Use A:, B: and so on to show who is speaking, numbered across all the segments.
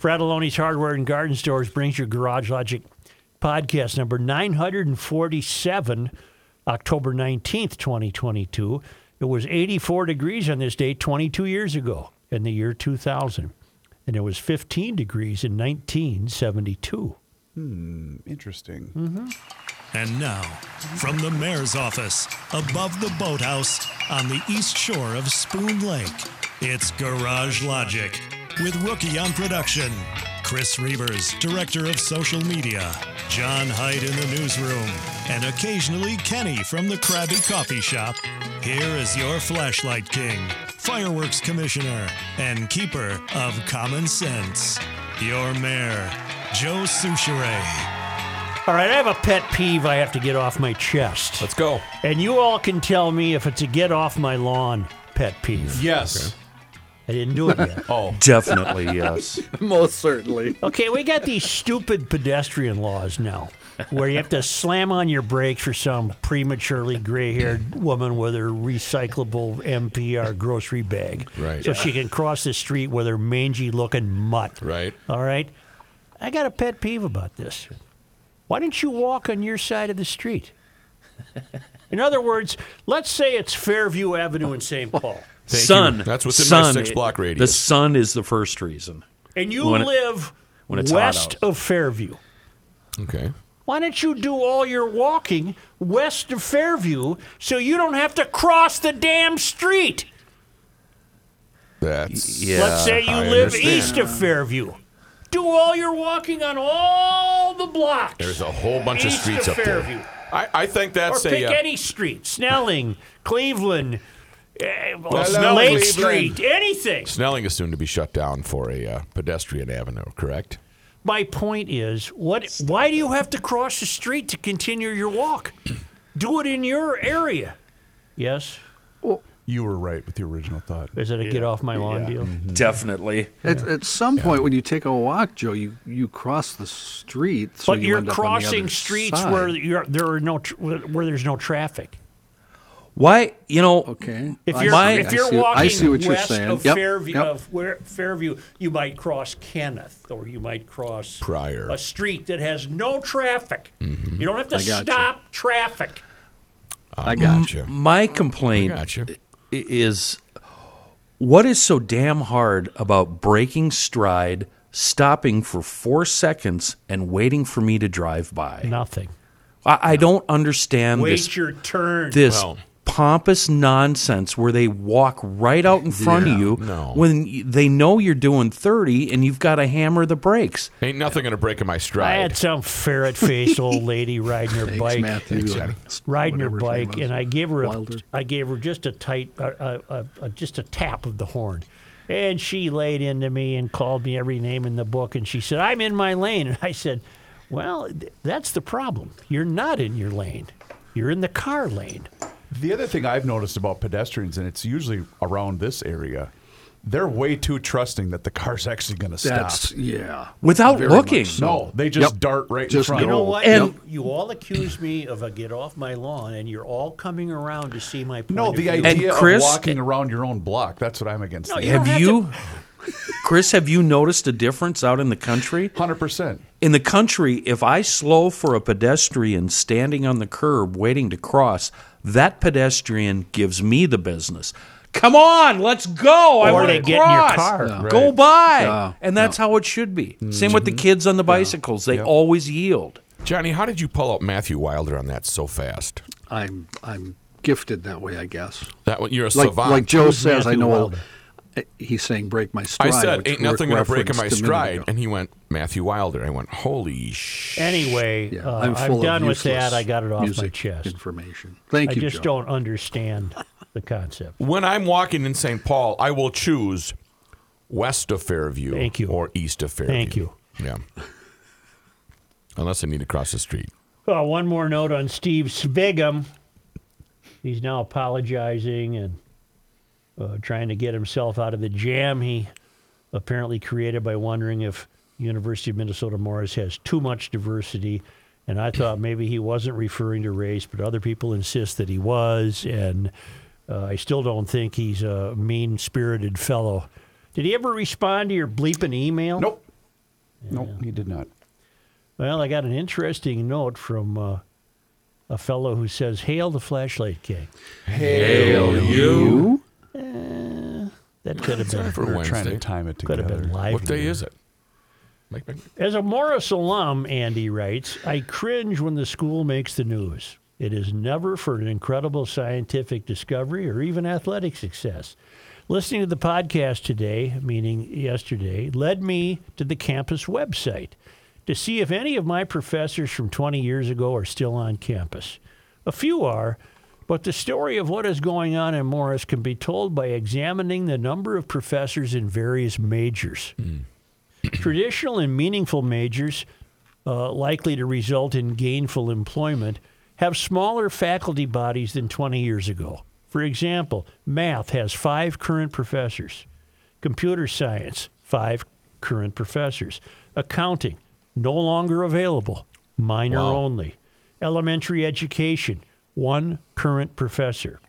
A: Fratelloni's Hardware and Garden Stores brings you Garage Logic podcast number 947, October 19th, 2022. It was 84 degrees on this day 22 years ago in the year 2000, and it was 15 degrees in 1972.
B: Interesting.
C: And now, from the mayor's office, above the boathouse on the east shore of Spoon Lake, it's Garage Logic with Rookie on production, Chris Reavers, director of social media, John Hyde in the newsroom, and occasionally Kenny from the Krabby Coffee Shop. Here is your flashlight king, fireworks commissioner, and keeper of common sense, your mayor, Joe Souchere.
A: All right, I have a pet peeve I have to get off my chest.
D: Let's go.
A: And you all can tell me if it's a get off my lawn pet peeve.
D: Yes.
A: I didn't do it yet.
D: Oh,
E: Definitely yes.
B: Most certainly.
A: Okay, we got these stupid pedestrian laws now where you have to slam on your brakes for some prematurely gray haired woman with her recyclable MPR grocery bag.
D: Right.
A: So she can cross the street with her mangy looking mutt.
D: right.
A: All right. I got a pet peeve about this. Why don't you walk on your side of the street? In other words, let's say it's Fairview Avenue in St. Paul,
D: Thank you.
E: sun.
D: That's within my
E: sun,
D: six block radius.
E: The sun is the first reason.
A: and you
E: When it-
A: live
E: when it's hot
A: west
E: out.
A: of Fairview.
D: Okay.
A: Why don't you do all your walking west of Fairview so you don't have to cross the damn street?
D: That's
E: Yeah.
A: Let's say you
D: I
A: live
D: understand.
A: east of Fairview. Do all your walking on all the blocks.
D: There's a whole bunch of
A: east
D: streets
A: of
D: up there.
A: Fairview.
D: I, I think
A: Or
D: that's
A: pick
D: a uh,
A: any street, Snelling, Cleveland, eh, well,
D: Hello,
A: Lake
D: Cleveland.
A: Street, anything.
D: Snelling is soon to be shut down for a uh, pedestrian avenue. Correct.
A: My point is, what? Why do you have to cross the street to continue your walk? Do it in your area. Yes.
B: You were right with the original thought.
A: Is it a get off my lawn deal?
E: Definitely.
F: At, at some point, when you take a walk, Joe, you, you cross the street. So
A: But
F: you
A: you're
F: end up on the
A: crossing
F: other
A: streets
F: side.
A: where you're, there are no tr- where there's no traffic.
E: Why? You know.
F: Okay.
A: If
F: I
A: you're
E: My-
F: see.
A: if
F: I
A: you're
F: see-
A: walking
F: I see what
A: west
F: you're saying.
A: of
F: Yep,
A: Fairview
F: yep.
A: of where, Fairview, you might cross Kenneth or you might cross
D: Pryor.
A: a street that has no traffic. You don't have to
F: Mm-hmm. I gotcha.
A: stop traffic.
F: I got you.
D: Gotcha.
E: My complaint
D: Gotcha.
E: i- is what is so damn hard about breaking stride, stopping for four seconds, and waiting for me to drive by?
A: Nothing.
E: I, I don't understand
A: Wait
E: this.
A: your turn.
E: this
D: Well-
E: pompous nonsense where they walk right out in front of you
D: no.
E: when y- they know you're doing 30 and you've got to hammer the brakes.
D: Ain't nothing gonna break in my
A: I
D: stride.
A: had some ferret-faced old lady riding her
F: Thanks,
A: bike,
F: Matthew.
D: Exactly.
A: riding her
F: Whatever his name
A: bike,
F: was.
A: and I gave her a,
F: Wilder.
A: I gave her just a tight, a, a, a, a, just a tap of the horn, and she laid into me and called me every name in the book, and she said, "I'm in my lane," and I said, "Well, th- that's the problem. You're not in your lane. You're in the car lane."
B: The other thing I've noticed about pedestrians, and it's usually around this area, they're way too trusting that the car's actually going to stop.
F: That's yeah.
E: Without
F: Very much
E: looking.
F: so.
B: No, they just
F: Yep.
B: dart right
F: Just
B: in front.
A: You know
F: go.
A: what?
E: And-
A: you, you all accuse me of a get off my lawn, and you're all coming around to see my point.
B: No,
A: of
B: the
A: view.
B: idea
E: Chris-
B: of walking around your own block, that's what I'm against.
A: No, you don't
E: Have
A: have
E: you, Chris, have you noticed a difference out in the country?
B: 100%.
E: In the country, if I slow for a pedestrian standing on the curb waiting to cross, that pedestrian gives me the business. Come on, let's go. I
A: Or
E: want
A: they
E: to
A: get in your
E: cross.
A: car.
E: Go
B: Right.
E: by.
F: Yeah.
E: And that's how it should be. Same
A: Mm-hmm.
E: with the kids on the bicycles. They always yield.
D: Johnny, how did you pull out Matthew Wilder on that so fast?
F: I'm I'm gifted that way, I guess.
D: That one, you're a
F: Like
D: savant.
F: like Joe
A: Who's
F: says, I
A: Matthew
F: know.
A: Wilder?
F: uh, He's saying break my stride.
D: I said,
F: which
D: "Ain't
F: Rick
D: nothing gonna break in my
F: referenced a minute
D: stride,"
F: ago.
D: and he went, "Matthew Wilder." I went, "Holy sh!"
A: Anyway,
F: Yeah,
A: uh,
F: I'm,
A: I'm,
F: full
A: done
F: of
A: with that.
F: useless
A: I got it off my
F: music
A: chest.
F: Information. Thank
A: I
F: you,
A: just
F: Joe.
A: don't understand the concept.
D: When I'm walking in St. Paul, I will choose west of Fairview,
A: Thank you.
D: or east of Fairview.
A: Thank you.
D: Yeah. Unless I need to cross the street.
A: Uh, one more note on Steve Spigum. He's now apologizing and uh, trying to get himself out of the jam he apparently created by wondering if University of Minnesota Morris has too much diversity. And I thought maybe he wasn't referring to race, but other people insist that he was. And uh, I still don't think he's a mean spirited fellow. Did he ever respond to your bleeping email?
B: Nope. Nope, he did not.
A: Well, I got an interesting note from uh, a fellow who says, "Hail the flashlight king."
F: You?
A: Eh, That could have been
D: For
B: We were trying
D: Wednesday.
B: to time it
A: could
B: together.
A: have been live.
D: What day is it? Make, make,
A: As a Morris alum, Andy writes, I cringe when the school makes the news. It is never for an incredible scientific discovery or even athletic success. Listening to the podcast today, meaning yesterday, led me to the campus website to see if any of my professors from 20 years ago are still on campus. A few are, but the story of what is going on in Morris can be told by examining the number of professors in various majors traditional and meaningful majors uh, likely to result in gainful employment have smaller faculty bodies than 20 years ago. For example, math has five current professors, computer science, five current professors, accounting, no longer available, minor only, elementary education, one current professor.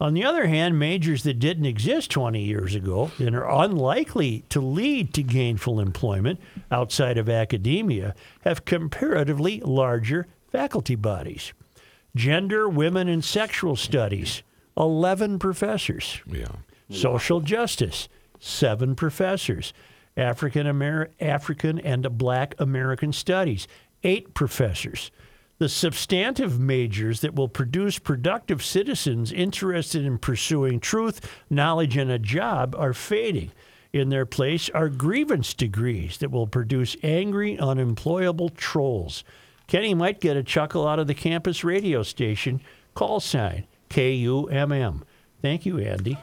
A: On the other hand, majors that didn't exist 20 years ago and are unlikely to lead to gainful employment outside of academia have comparatively larger faculty bodies. Gender, women, and sexual studies, 11 professors.
D: yeah.
A: Social justice, seven professors. African Amer- African and Black American Studies, eight professors. The substantive majors that will produce productive citizens interested in pursuing truth, knowledge, and a job are fading. In their place are grievance degrees that will produce angry, unemployable trolls. Kenny might get a chuckle out of the campus radio station call sign KUMM. Thank you, Andy.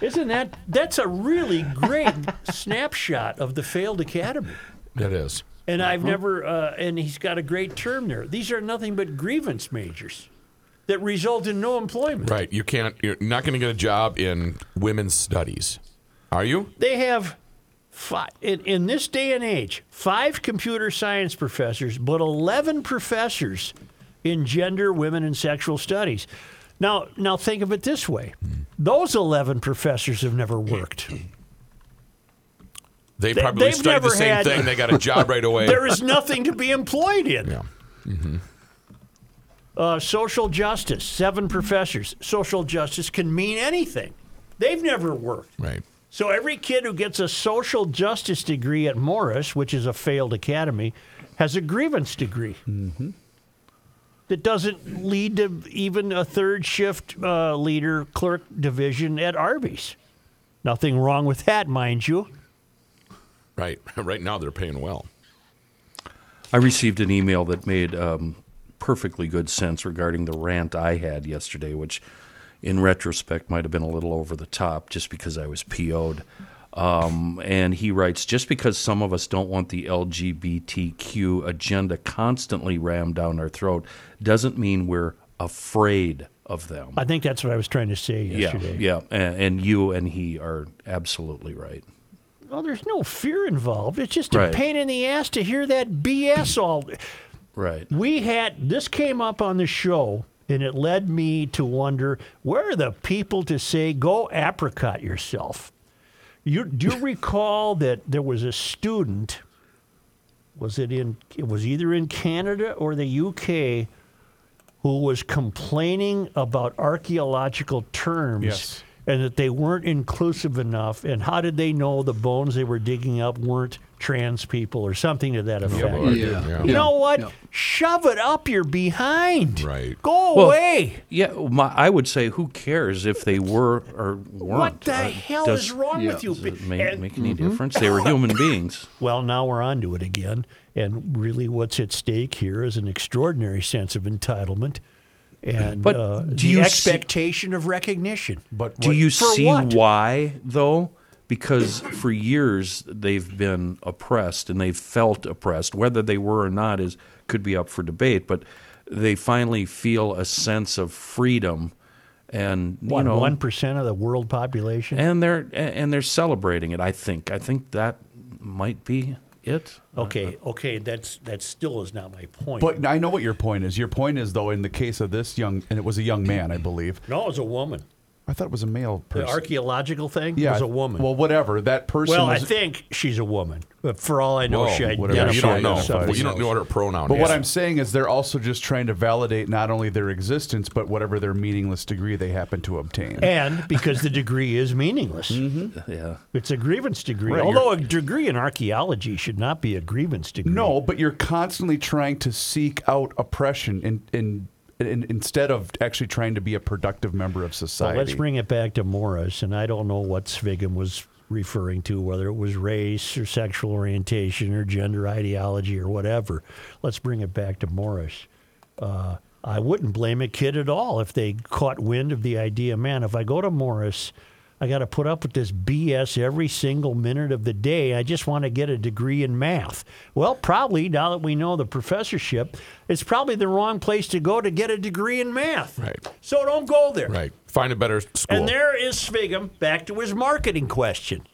A: Isn't that that's a really great snapshot of the failed academy?
D: It is.
A: And I've never uh, and he's got a great term there. These are nothing but grievance majors that result in no employment.
D: Right. You can't. You're not going to get a job in women's studies, are you?
A: They have five in, in this day and age five computer science professors, but eleven professors in gender, women, and sexual studies. Now, now think of it this way: those eleven professors have never worked.
D: They
A: They-
D: probably
A: they've
D: studied the
A: never
D: same
A: had-
D: thing. They got a job right away.
A: there is nothing to be employed in. Mm-hmm.
D: Yeah.
A: Uh, social justice, seven professors. Social justice can mean anything. They've never worked.
D: Right.
A: So every kid who gets a social justice degree at Morris, which is a failed academy, has a grievance degree. That doesn't lead to even a third shift uh, leader clerk division at Arby's. Nothing wrong with that, mind you.
D: Right. Right now they're paying well.
E: I received an email that made um, perfectly good sense regarding the rant I had yesterday, which in retrospect might have been a little over the top just because I was PO'd. Um, and he writes just because some of us don't want the LGBTQ agenda constantly rammed down our throat doesn't mean we're afraid of them.
A: I think that's what I was trying to say yesterday.
E: Yeah, yeah. And, and you and he are absolutely right.
A: Well, there's no fear involved. It's just a
E: Right.
A: pain in the ass to hear that BS all.
E: Right.
A: We had this came up on the show, and it led me to wonder where are the people to say go apricot yourself. You do you recall that there was a student? Was it in? It was either in Canada or the UK, who was complaining about archaeological terms
B: Yes.
A: and that they weren't inclusive enough. And how did they know the bones they were digging up weren't trans people or something to that effect?
D: Lord.
F: Yeah.
D: Yeah.
A: You know what?
F: Yeah.
A: Shove it up your behind.
D: Right.
A: Go
E: Well,
A: away.
E: Yeah, my, I would say who cares if they were or weren't.
A: What the
E: Uh,
A: hell
E: does-
A: is wrong
F: yeah,
A: with you?
E: Does it
A: Be-
E: make,
A: and-
E: make any difference? They were human beings.
A: well, now we're on to it again. And really, what's at stake here is an extraordinary sense of entitlement and
E: But
A: uh,
E: do
A: the
E: you see-
A: expectation of recognition.
B: But
E: Do
B: what-
E: you
A: for
E: see
A: what?
E: why, though? Because for years they've been oppressed and they've felt oppressed. Whether they were or not is could be up for debate, but they finally feel a sense of freedom and you
A: What,
E: know
A: 1% of the world population?
E: and they're and they're celebrating it, I think. I think that might be it.
A: okay, okay, that's that still is not my point.
B: But I know what your point is. Your point is though, in the case of this young, and it was a young man, I believe.
A: no, as a woman.
B: I thought it was a male
A: The
B: person.
A: archaeological thing
B: yeah,
A: was
B: I-
A: a woman.
B: Well, whatever that person.
A: Well, I
B: was,
A: think she's a woman. But for all I know,
D: Whoa,
A: she
B: whatever.
D: Yeah,
A: identifies
D: you don't know.
A: as
B: identifies.
A: something
D: Well, you don't know
A: else.
D: what her pronoun
B: But
D: is.
B: what I'm saying is they're also just trying to validate not only their existence, but whatever their meaningless degree they happen to obtain.
A: And because the degree is meaningless,
D: Mm-hmm.
A: Oh.
E: Yeah.
A: it's a grievance degree.
B: Right,
A: Although a degree in archaeology should not be a grievance degree.
B: No, but you're constantly trying to seek out oppression in, in, in, instead of actually trying to be a productive member of
A: Well,
B: society.
A: let's bring it back to Morris, and I don't know what Svigum was referring to, whether it was race or sexual orientation or gender ideology or whatever. Let's bring it back to Morris. Uh, I wouldn't blame a kid at all if they caught wind of the idea, man, if I go to Morris, I got to put up with this BS every single minute of the day. I just want to get a degree in math. Well, probably now that we know the professorship, it's probably the wrong place to go to get a degree in math.
D: Right.
A: So don't go there.
D: right. Find a better school.
A: And there is Svigum back to his marketing question.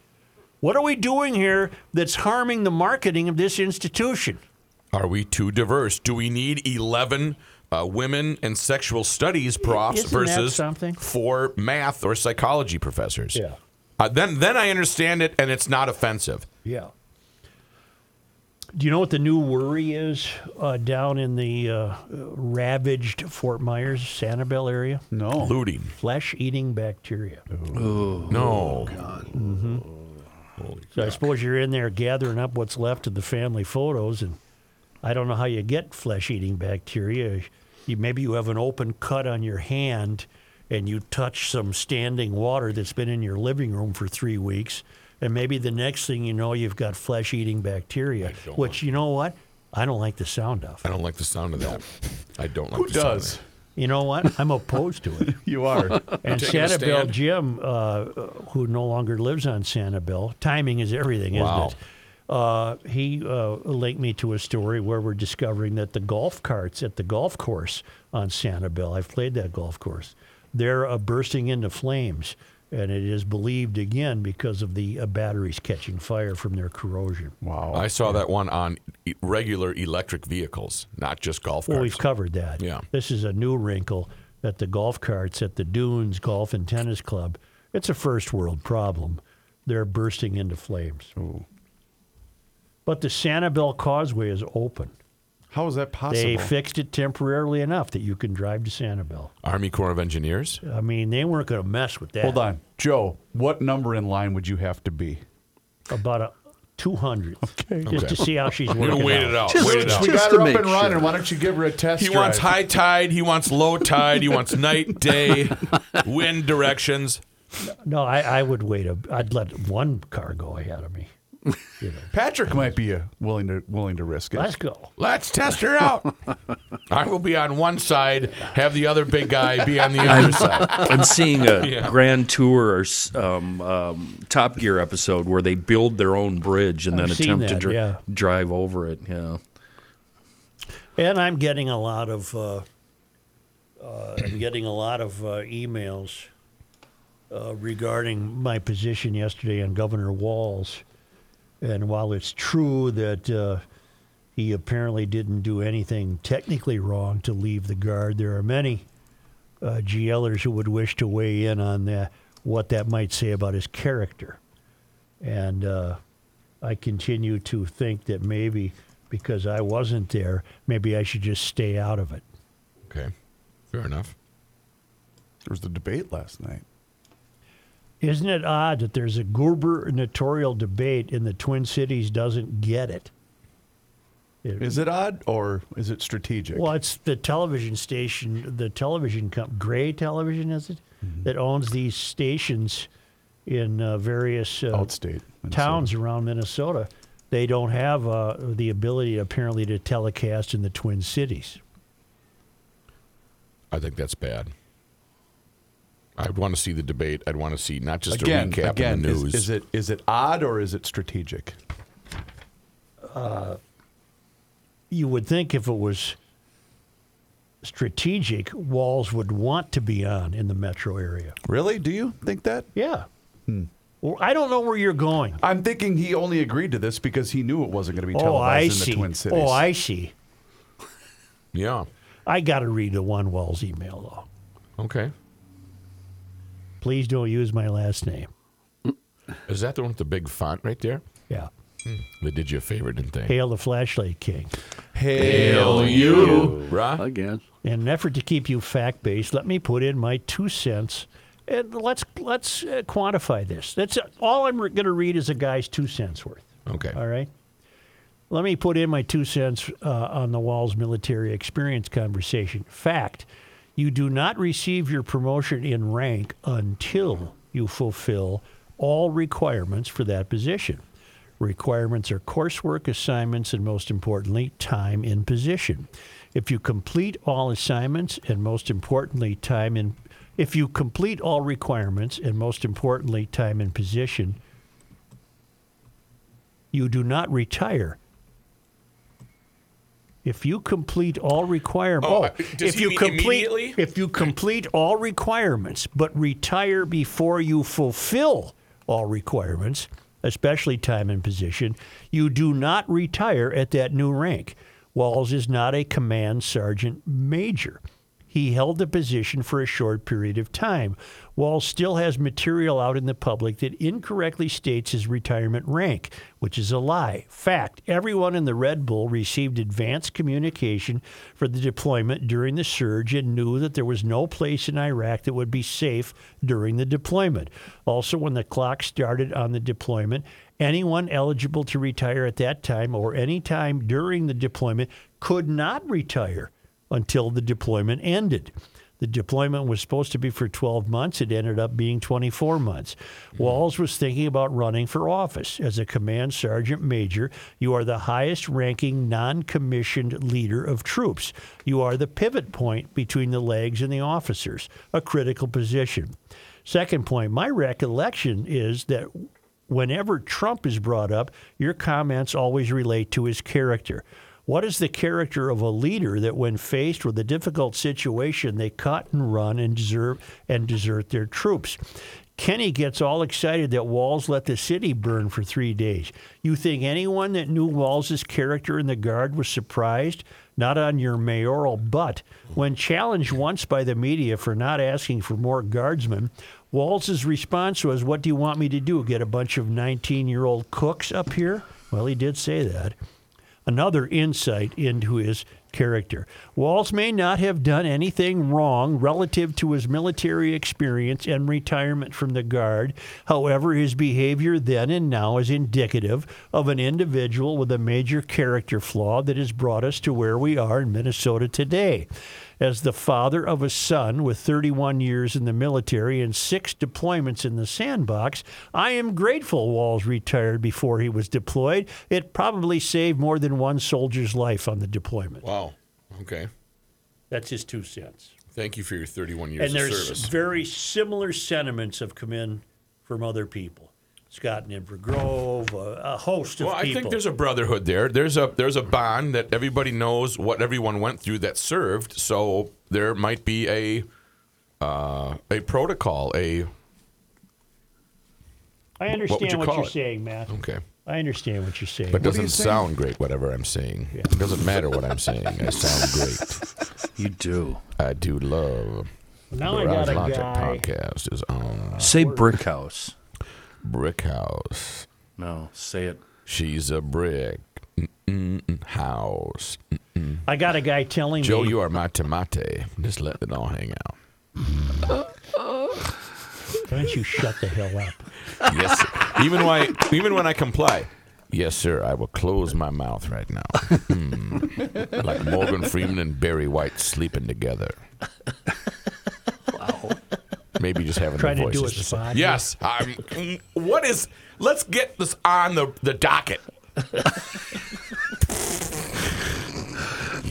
A: What are we doing here that's harming the marketing of this institution?
D: Are we too diverse? Do we need 11 uh, women and sexual studies profs
A: Isn't that
D: versus
A: something?
D: four math or psychology professors?
A: Yeah.
D: Uh, then, then I understand it, and it's not offensive.
A: Yeah. Do you know what the new worry is uh, down in the uh, ravaged Fort Myers, Sanibel area?
B: no.
D: Looting.
A: Flesh eating bacteria.
D: No.
A: So I suppose you're in there gathering up what's left of the family photos, and I don't know how you get flesh-eating bacteria. You, maybe you have an open cut on your hand, and you touch some standing water that's been in your living room for three weeks, and maybe the next thing you know, you've got flesh-eating bacteria. Which you know what? I don't like the sound of.
D: I don't like the sound of that. I don't like
B: Who
D: the sound of
B: does?
D: that.
A: You know what? I'm opposed to it.
B: You are.
A: And
D: taking a
A: Sanibel
D: stand?
A: Jim, uh, who no longer lives on Sanibel, timing is everything,
D: Wow.
A: isn't it? Uh, he uh, linked me to a story where we're discovering that the golf carts at the golf course on Sanibel, I've played that golf course, they're uh, bursting into flames. And it is believed again because of the uh, batteries catching fire from their corrosion.
B: wow.
D: I saw that one on e- regular electric vehicles, not just golf
A: Well,
D: carts.
A: we've covered that.
D: Yeah.
A: This is a new wrinkle that the golf carts at the Dunes Golf and Tennis Club, it's a first world problem. They're bursting into flames. But the Sanibel Causeway is open.
B: How is that possible?
A: They fixed it temporarily enough that you can drive to Sanibel.
D: Army Corps of Engineers.
A: I mean, they weren't going to mess with that.
B: Hold on. Joe, what number in line would you have to be?
A: About a 200. Okay. Just to
D: Okay.
A: see how she's
D: We're
A: working.
D: gonna wait
A: out.
D: it out.
F: Just-
D: wait it
F: just-
D: out.
B: We
F: Just
B: got
F: to
B: her up
F: make
B: and running.
F: sure.
B: Why don't you give her a test
D: He
B: drive?
D: wants high tide. He wants low tide. He wants night, day, wind directions.
A: No, I, I would wait. A, I'd let one car go ahead of me.
B: Patrick might be uh, willing to willing to risk it.
A: Let's go.
D: Let's test her out. I will be on one side, have the other big guy be on the other side.
E: I'm seeing a
D: Yeah.
E: Grand Tour or s- um, um, Top Gear episode where they build their own bridge and
A: I've
E: then
A: seen
E: attempt
A: that,
E: to dri-
A: yeah.
E: drive over it. Yeah.
A: And I'm getting a lot of uh, uh, I'm getting a lot of uh, emails uh, regarding my position yesterday on Governor Walls. And while it's true that uh, he apparently didn't do anything technically wrong to leave the guard, there are many uh, GLers who would wish to weigh in on that, what that might say about his character. And uh, I continue to think that maybe because I wasn't there, maybe I should just stay out of it.
D: Okay, fair enough.
B: There was the debate last night.
A: Isn't it odd that there's a gubernatorial debate and the Twin Cities doesn't get it? It-
B: Is it odd or is it strategic?
A: Well, it's the television station, the television company, Gray Television, is it, that owns these stations in uh, various uh,
B: Outstate Minnesota.
A: towns around Minnesota. They don't have uh, the ability, apparently, to telecast in the Twin Cities.
D: I think that's bad. I'd want to see the debate. I'd want to see not just
B: again,
D: a recap
B: again,
D: of the
B: is,
D: news.
B: is it is it odd or is it strategic?
A: you would think if it was strategic, Walls would want to be on in the metro area.
B: Really? Do you think that?
A: Yeah.
B: Hmm.
A: Well, I don't know where you're going.
B: I'm thinking he only agreed to this because he knew it wasn't going to be
A: Oh, I
B: televised in
A: see.
B: the Twin Cities.
A: Oh, I see.
D: yeah.
A: I got to read the one Walls email though.
D: Okay.
A: Please don't use my last name.
D: Is that the one with the big font right there?
A: Yeah.
D: They did you a favor, didn't they?
A: Hail the flashlight king.
D: Hail you, brah.
F: Again.
A: In an effort to keep you fact based, let me put in my two cents. And let's let's uh, quantify this. That's uh, all I'm re- going to read is a guy's two cents worth.
D: Okay.
A: All right. Let me put in my two cents uh, on the Walls military experience conversation. Fact you do not receive your promotion in rank until you fulfill all requirements for that position. Requirements are coursework, assignments, and most importantly, time in position. If you complete all assignments and most importantly, time in if you complete all requirements and most importantly, time in position, you do not retire. If you complete all requirements,
D: Oh, does
A: if
D: he
A: you
D: mean
A: complete,
D: immediately?
A: if you complete all requirements, but retire before you fulfill all requirements, especially time and position, you do not retire at that new rank. Walls is not a command sergeant major. He held the position for a short period of time. Walls still has material out in the public that incorrectly states his retirement rank, which is a lie. Fact everyone in the Red Bull received advance communication for the deployment during the surge and knew that there was no place in Iraq that would be safe during the deployment. Also, when the clock started on the deployment, anyone eligible to retire at that time or any time during the deployment could not retire until the deployment ended. The deployment was supposed to be for 12 months. It ended up being 24 months. Walls was thinking about running for office. As a command sergeant major, you are the highest ranking non commissioned leader of troops. You are the pivot point between the legs and the officers, a critical position. Second point, my recollection is that whenever Trump is brought up, your comments always relate to his character. What is the character of a leader that, when faced with a difficult situation, they cut and run and desert, and desert their troops? Kenny gets all excited that Walls let the city burn for three days. You think anyone that knew Walls' character in the Guard was surprised? Not on your mayoral butt. When challenged once by the media for not asking for more guardsmen, Walls' response was, What do you want me to do? Get a bunch of 19 year old cooks up here? Well, he did say that another insight into his character. Walls may not have done anything wrong relative to his military experience and retirement from the Guard. However, his behavior then and now is indicative of an individual with a major character flaw that has brought us to where we are in Minnesota today. As the father of a son with 31 years in the military and six deployments in the sandbox, I am grateful Walls retired before he was deployed. It probably saved more than one soldier's life on the deployment.
D: Wow. Okay.
A: That's his two cents.
D: Thank you for your 31 years
A: and
D: of
A: there's
D: service.
A: very similar sentiments have come in from other people. Scott and Denver Grove, a, a host of
D: Well, I
A: people.
D: think there's a brotherhood there. There's a there's a bond that everybody knows what everyone went through that served. So there might be a uh, a protocol. A
A: I
D: what would
A: understand
D: you
A: what,
D: call
A: you're
D: it?
A: saying, Matt.
D: okay.
A: I understand what you're saying.
D: But
B: What are you
D: doesn't
B: saying?
D: sound great. Whatever I'm saying, it doesn't matter what I'm saying. I sound great.
E: You do.
D: I do love.
A: now Oh, I
D: Garage
A: got a
D: Logic
A: guy.
D: podcast is
A: Oh,
D: on
E: Say brick house.
D: Brick House.
E: No, say it.
D: She's a brick Mm-mm house.
A: I got a guy telling
D: Joe,
A: me.
D: you are my tomate. Just let it all hang out.
A: Why don't you shut the hell up?
D: Yes. sir. even when I, even when I comply. Yes, sir. I will close my mouth right now, Hmm. like Morgan Freeman and Barry White sleeping together. Wow. Maybe just having
A: Trying
D: their
A: to do
D: voices
A: a spot.
D: Yes. I'm, mm, what is? Let's get this on the the docket.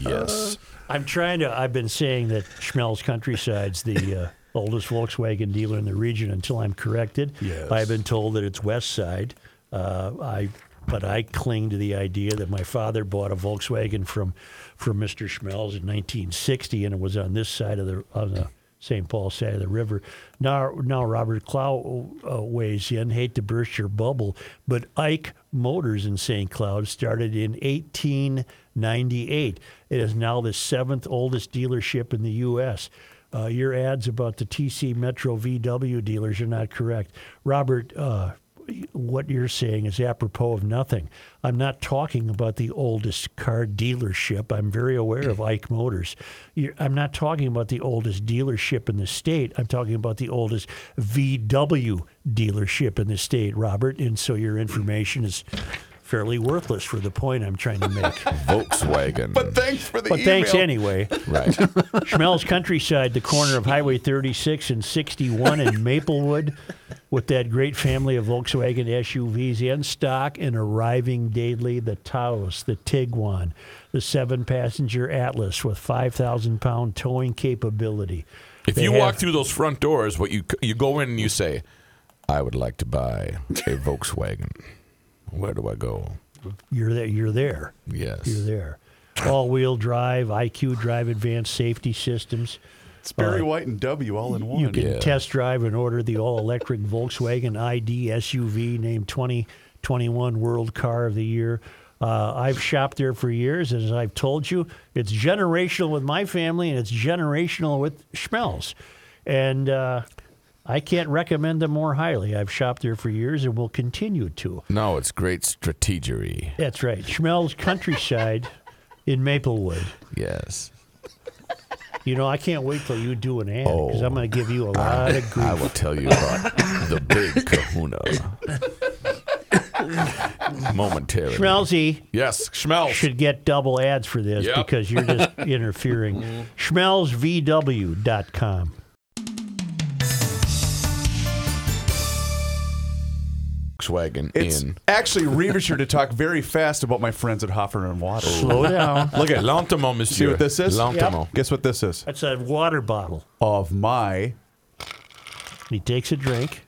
D: yes.
A: I'm trying to. I've been saying that Schmelz Countryside's the uh, oldest Volkswagen dealer in the region until I'm corrected.
B: Yes.
A: I've been told that it's West Side. Uh, I, but I cling to the idea that my father bought a Volkswagen from, from Mr. Schmelz in 1960, and it was on this side of the on the St. Paul side of the river. Now, now Robert Clow uh, weighs in. Hate to burst your bubble, but Ike Motors in St. Cloud started in 1898. It is now the seventh oldest dealership in the U.S. uh, your ads about the TC Metro VW dealers are not correct. Robert, uh, what you're saying is apropos of nothing. I'm not talking about the oldest car dealership. I'm very aware of Ike Motors. you I'm not talking about the oldest dealership in the state. I'm talking about the oldest VW dealership in the state, Robert. And so your information is fairly worthless for the point I'm trying to make.
D: Volkswagen.
B: But thanks for the
A: But thanks
B: email.
A: anyway.
D: right.
A: Schmel's Countryside, the corner of Highway 36 and 61 in Maplewood, with that great family of Volkswagen SUVs in stock and arriving daily the Taos, the Tiguan, the seven passenger Atlas with 5,000 pound towing capability.
D: If
A: They
D: you
A: have-
D: walk through those front doors, what you you go in and you say, "I would like to buy a Volkswagen." Where do I go?
A: You're there. You're there.
D: Yes.
A: You're there. All wheel drive, IQ drive, advanced safety systems.
B: It's Barry White and W all in one.
A: You can
D: Yeah.
A: test drive and order the all electric Volkswagen ID SUV named 2021 World Car of the Year. Uh, I've shopped there for years, and as I've told you, it's generational with my family and it's generational with Schmelz. And uh, I can't recommend them more highly. I've shopped there for years and will continue to.
D: No, it's great strategery.
A: That's right. Schmelz Countryside in Maplewood.
D: Yes.
A: You know, I can't wait till you do an ad because
D: Oh.
A: I'm going to give you a lot of grief.
D: I will tell you about the big kahuna. Momentarily.
A: Schmelzy.
D: Yes, Schmelz.
A: should get double ads for this
D: Yep.
A: because you're just
B: Mm-hmm.
A: interfering. SchmelzVW.com.
D: Volkswagen
B: It's
D: in.
B: actually Revisher to talk very fast about my friends at Hoffer and Water.
A: Slow down.
D: Look at lentement, monsieur.
B: See what this is?
D: Lentement.
B: Guess what this is?
A: That's a water bottle.
B: Of my
A: He takes a drink.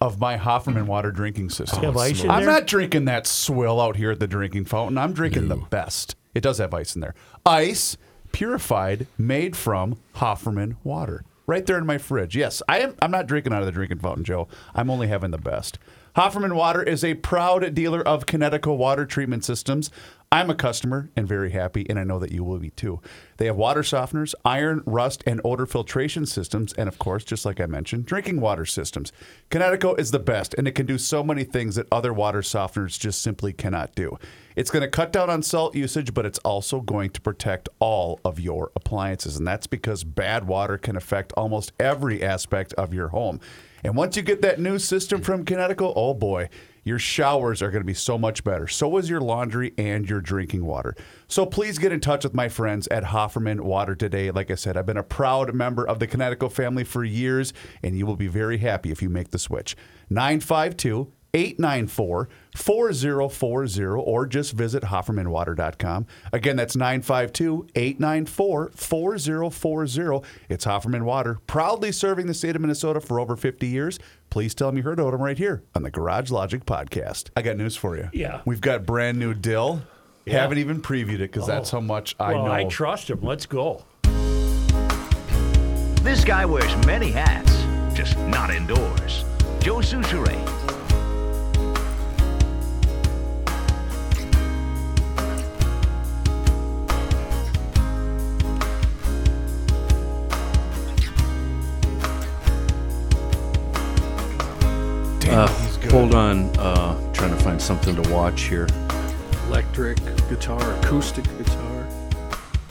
B: of my Hofferman water drinking system.
A: Have ice in
B: I'm
A: there?
B: not drinking that swill out here at the drinking fountain. I'm drinking the best. It does have ice in there. Ice purified, made from Hofferman water. Right there in my fridge. Yes, I am I'm not drinking out of the drinking fountain, Joe. I'm only having the best. Hofferman Water is a proud dealer of Connecticut water treatment systems. I'm a customer and very happy, and I know that you will be too. They have water softeners, iron, rust, and odor filtration systems, and of course, just like I mentioned, drinking water systems. Connecticut is the best, and it can do so many things that other water softeners just simply cannot do. It's going to cut down on salt usage, but it's also going to protect all of your appliances, and that's because bad water can affect almost every aspect of your home. And once you get that new system from Connecticut, oh boy, your showers are going to be so much better. So is your laundry and your drinking water. So please get in touch with my friends at Hofferman Water today. Like I said, I've been a proud member of the Connecticut family for years, and you will be very happy if you make the switch. 952 894 4040 or just visit hoffermanwater.com. Again, that's 952 894 4040. It's Hofferman Water, proudly serving the state of Minnesota for over 50 years. Please tell them you heard about them right here on the Garage Logic podcast. I got news for you.
A: Yeah.
B: We've got brand new dill. Haven't even previewed it because that's how much I
A: Oh. well,
B: know.
A: I trust him. Let's go.
G: This guy wears many hats, just not indoors. Joe Souchere.
E: Hold on, uh, trying to find something to watch here.
F: Electric guitar, acoustic guitar.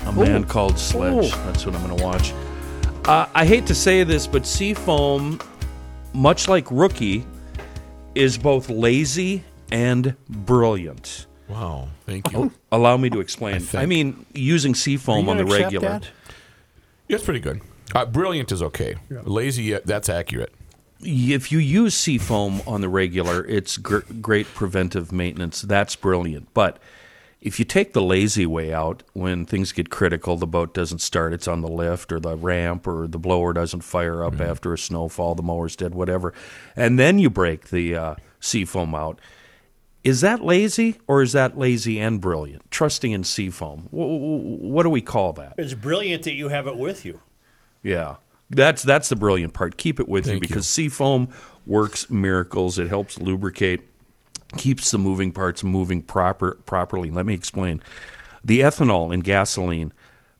E: A man called Sledge. That's what I'm going to watch. Uh, I hate to say this, but Seafoam, much like Rookie, is both lazy and brilliant.
D: Wow. Thank you.
E: Allow me to explain. I,
D: think-
E: mean, using Seafoam
A: You
E: on the
A: accept
E: regular.
A: that?
D: That's pretty good. Uh, brilliant is okay. Lazy, uh, that's accurate.
E: If you use Seafoam on the regular, it's gr- great preventive maintenance. That's brilliant. But if you take the lazy way out, when things get critical, the boat doesn't start, it's on the lift or the ramp or the blower doesn't fire up after a snowfall, the mower's dead, whatever, and then you break the uh, Seafoam out, is that lazy or is that lazy and brilliant? Trusting in Seafoam. W- what do we call that?
A: It's brilliant that you have it with you.
E: Yeah. That's that's the brilliant part. Keep it with
D: Thank
E: you
D: you.
E: because seafoam works miracles. It helps lubricate, keeps the moving parts moving proper properly. Let me explain. The ethanol in gasoline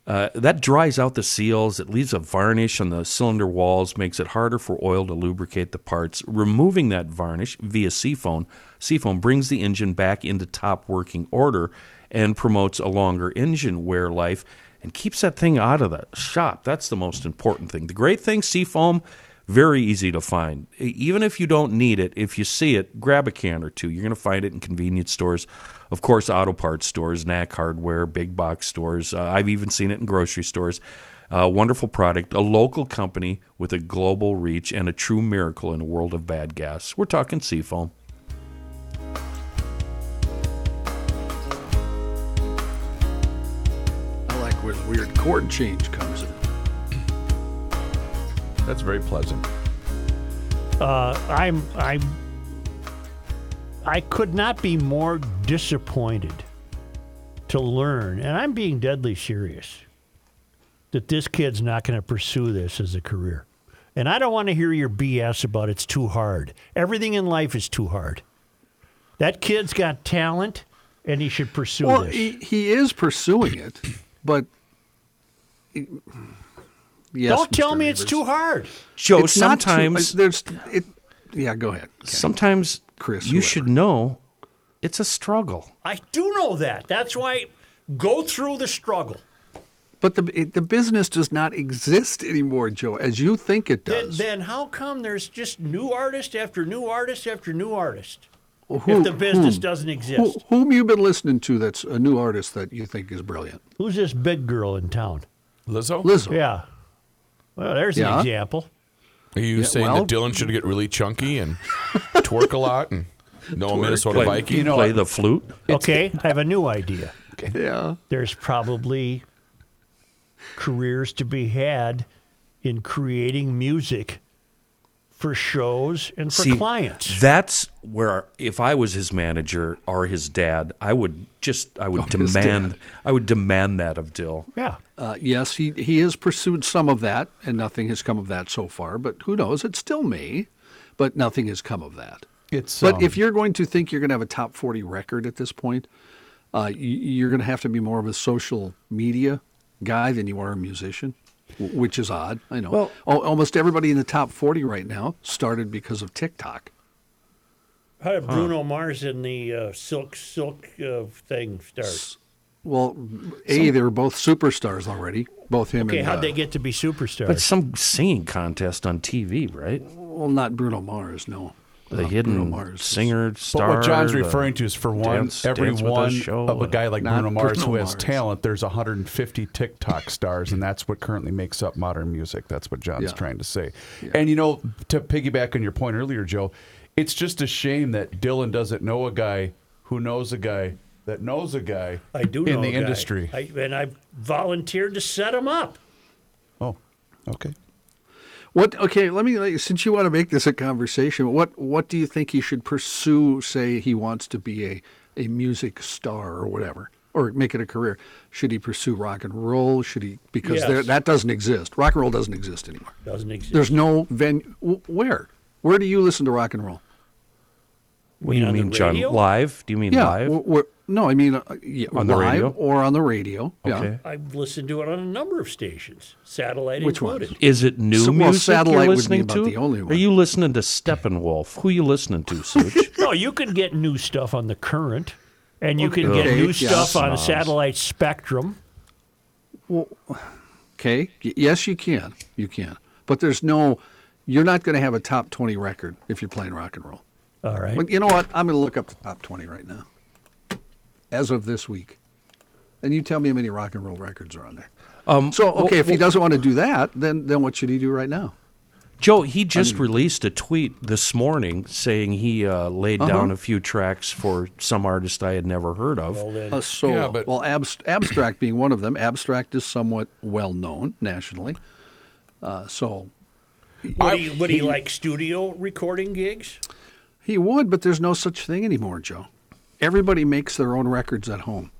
E: Uh, that dries out the seals. It leaves a varnish on the cylinder walls, makes it harder for oil to lubricate the parts. Removing that varnish via seafoam, seafoam brings the engine back into top working order and promotes a longer engine wear life and keeps that thing out of the shop. That's the most important thing. The great thing, seafoam, very easy to find. E- Even if you don't need it, if you see it, grab a can or two. You're going to find it in convenience stores, of course, auto parts stores, knack hardware, big box stores. Uh, I've even seen it in grocery stores. Uh, wonderful product, a local company with a global reach and a true miracle in a world of bad gas. We're talking seafoam.
F: I like where the weird chord change comes in.
D: That's very pleasant.
A: I'm I'm I could not be more disappointed to learn, and I'm being deadly serious, that this kid's not going to pursue this as a career. And I don't want to hear your BS about it's too hard. Everything in life is too hard. That kid's got talent, and he should pursue
F: Well,
A: this.
F: he, he is pursuing it, but. it- yes,
A: don't tell
F: Mr.
A: me it's
F: Reavers.
A: too hard.
E: Joe,
F: It's not too- uh,
E: sometimes
F: there's it. Yeah, go ahead.
E: sometimes
F: Chris,
E: you
F: whoever.
E: should know it's a struggle.
A: I do know that. That's why go through the struggle.
F: But the it, the business does not exist anymore, Joe, as you think it
A: Then,
F: does.
A: then how come there's just new artist after new artist after new artist?
F: Who-
A: if the business
F: whom?
A: doesn't exist.
F: Who, whom you been listening to? That's a new artist that you think is brilliant.
A: Who's this big girl in town?
D: Lizzo?
F: Lizzo.
A: Yeah. Well, there's an
F: Yeah?
A: example.
D: Are you saying
F: well-
D: that Dylan should get really chunky and twerk a lot and no Minnesota
E: Play,
D: Viking?
E: play the flute.
A: Okay, I have a new idea.
F: Yeah.
A: There's probably careers to be had in creating music for shows and for
E: See,
A: clients.
E: That's where if I was his manager or his dad, I would just I would
F: his
E: demand I would demand that of Dill.
A: yeah.
F: Uh, yes, he he has pursued some of that, and nothing has come of that so far. But who knows? It still may, but nothing has come of that.
B: It's
F: But
B: um,
F: if you're going to think you're going to have a top 40 record at this point, uh, you, you're going to have to be more of a social media guy than you are a musician, w- which is odd. I know.
E: Well-
F: Al- almost everybody in the top 40 right now started because of TikTok.
A: How did Bruno Mars and the uh, Silk Silk uh, thing start?
F: Well, A, they were both superstars already, both him
A: Okay,
F: and.
A: how'd
F: uh,
A: they get to be superstars?
E: But some singing contest on TV, right?
F: Well, not Bruno Mars, no. Not
E: The
F: Bruno
E: hidden
F: Mars.
E: singer star.
B: But what John's
E: the-
B: referring to is for one,
E: Dance-
B: every
E: Dance with
B: one
E: Us show,
B: of a guy like
F: not
B: Bruno Mars
F: Bruno
B: who has
F: Mars.
B: talent, there's 150 TikTok stars, and that's what currently makes up modern music. That's what John's
F: Yeah.
B: trying to say. And you know, to piggyback on your point earlier, Joe, it's just a shame that Dylan doesn't know a guy who knows a guy that knows a guy
A: I do
B: in
A: know
B: the
A: a guy.
B: industry.
A: I, and I volunteered to set him up.
B: oh, okay.
F: What? Okay, let me. let you- Since you want to make this a conversation, what what do you think he should pursue? Say he wants to be a a music star or whatever, or make it a career. Should he pursue rock and roll? Should he? Because there,
A: Yes.
F: that doesn't exist. Rock and roll doesn't exist anymore.
A: Doesn't exist.
F: There's no venue. w- Where? Where do you listen to rock and roll?
E: What do you
A: on the
E: mean, John?
A: radio?
E: Live? Do you mean
F: Yeah.
E: live?
F: wh- wh- no, I mean uh, yeah,
E: On the
F: live
E: radio?
F: or on the radio.
E: Okay.
A: I've listened to it on a number of stations, satellite
F: Which
A: included.
E: Is it new
F: So, well,
E: music
F: satellite would be
E: you're listening
F: about
E: to?
F: the only one.
E: Are you listening to Steppenwolf? Who you listening to, Such?
A: No, you can get new stuff on the current, and you can get
F: Okay,
A: new
F: yeah.
A: stuff on
E: Snobs.
A: satellite spectrum.
F: Okay. Okay. Y- yes, you can. You can. But there's no. You're not going to have a top twenty record if you're playing rock and roll.
A: All right.
F: But you know what? I'm going to look up the top 20 right now, as of this week. And you tell me how many rock and roll records are on there.
E: Um,
F: So, okay, if he
E: well-
F: doesn't want to do that, then then what should he do right now?
E: Joe, he just released a tweet this morning saying he uh, laid
A: Uh-huh.
E: down a few tracks for some artist I had never heard of.
A: Well, then,
F: A solo.
D: Yeah, but-
F: well, abs- abstract being one of them. Abstract is somewhat well known nationally. Uh, so
A: would, he, would he like studio recording gigs?
F: he would, but there's no such thing anymore, Joe. Everybody makes their own records at home.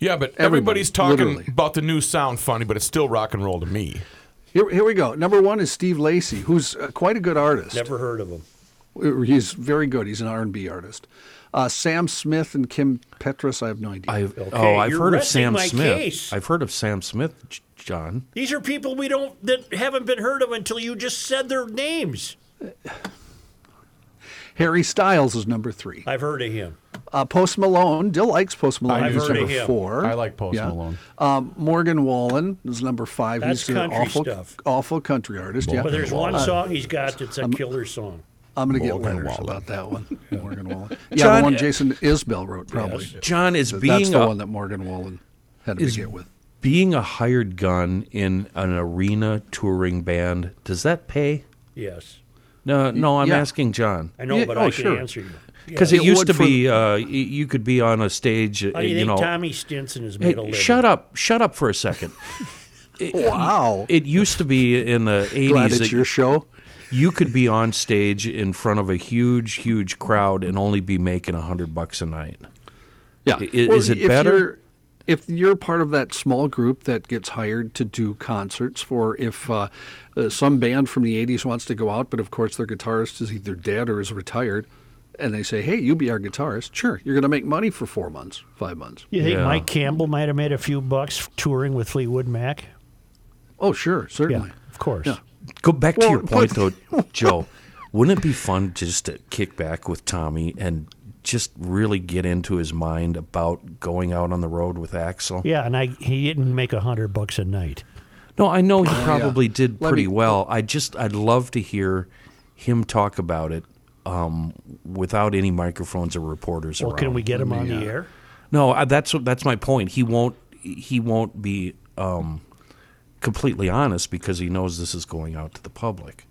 D: Yeah, but
F: Everybody,
D: everybody's talking
F: literally.
D: about the new sound funny, but it's still rock and roll to me.
F: Here, here we go. Number one is Steve Lacy, who's uh, quite a good artist.
A: Never heard of him.
F: He's very good. He's an R&B artist. Uh, Sam Smith and Kim Petras, I have no idea.
E: I've,
A: Okay,
E: oh, I've
A: you're
E: heard of
A: resting
E: Sam
A: my
E: Smith.
A: case.
E: I've heard of Sam Smith, J- John.
A: These are people we don't that haven't been heard of until you just said their names.
F: Harry Styles is number three.
A: I've heard of him.
F: Uh, Post Malone, Dill likes Post Malone.
B: I've
F: He's
B: heard of
F: number
A: him.
F: four.
B: I like Post Malone.
F: Um, Morgan Wallen is number five.
A: That's
F: He's an
A: country
F: awful,
A: stuff.
F: awful country artist. Yeah, Uh,
A: But there's one song he's got that's a killer song.
F: I'm going to get
B: Morgan
F: letters
B: Wallen.
F: about that one. Morgan Wallen. Yeah,
E: John-
F: the one Jason Isbell wrote, probably.
E: John is
F: That's
E: being
F: the
E: a,
F: one that Morgan Wallen had to
E: Is-
F: begin with.
E: being a hired gun in an arena touring band. Does that pay?
A: Yes.
E: No, no. I'm
F: yeah.
E: asking John.
A: I know,
F: Yeah,
A: but
F: oh,
A: I can
F: sure.
A: answer you.
E: Because
F: It
E: it used
F: would
E: to
F: for-
E: be, uh, y- you could be on a stage, uh,
A: How do you,
E: you
A: think
E: know.
A: Tommy Stinson is made a
E: hey,
A: living?
E: shut up! Shut up for a second.
F: Wow.
E: It used to be in the
F: Glad
E: eighties
F: it's your show.
E: you could be on stage in front of a huge, huge crowd and only be making a hundred bucks a night.
F: Yeah.
E: I- i- is it better?
F: You're, if you're part of that small group that gets hired to do concerts for, if uh, uh, some band from the 80s wants to go out, but of course their guitarist is either dead or is retired, and they say, hey, you be our guitarist, sure, you're going to make money for four months, five months.
A: You think
E: Yeah.
A: Mike Campbell might have made a few bucks touring with Fleetwood Mac?
F: Oh, sure,
A: Yeah,
F: certainly.
A: of course.
F: Yeah.
E: Go back to
F: Well,
E: your point,
F: but-
E: though, Joe. Wouldn't it be fun just to kick back with Tommy and just really get into his mind about going out on the road with Axel?
A: Yeah, and I he didn't make a hundred bucks a night.
E: No, I know he probably did
F: Oh, Let
E: pretty
F: me-
E: well. I just I'd love to hear him talk about it um, without any microphones or reporters
A: Well,
E: around.
A: can we get him on the air?
E: No, I, that's that's my point. He won't he won't be um, completely honest because he knows this is going out to the public.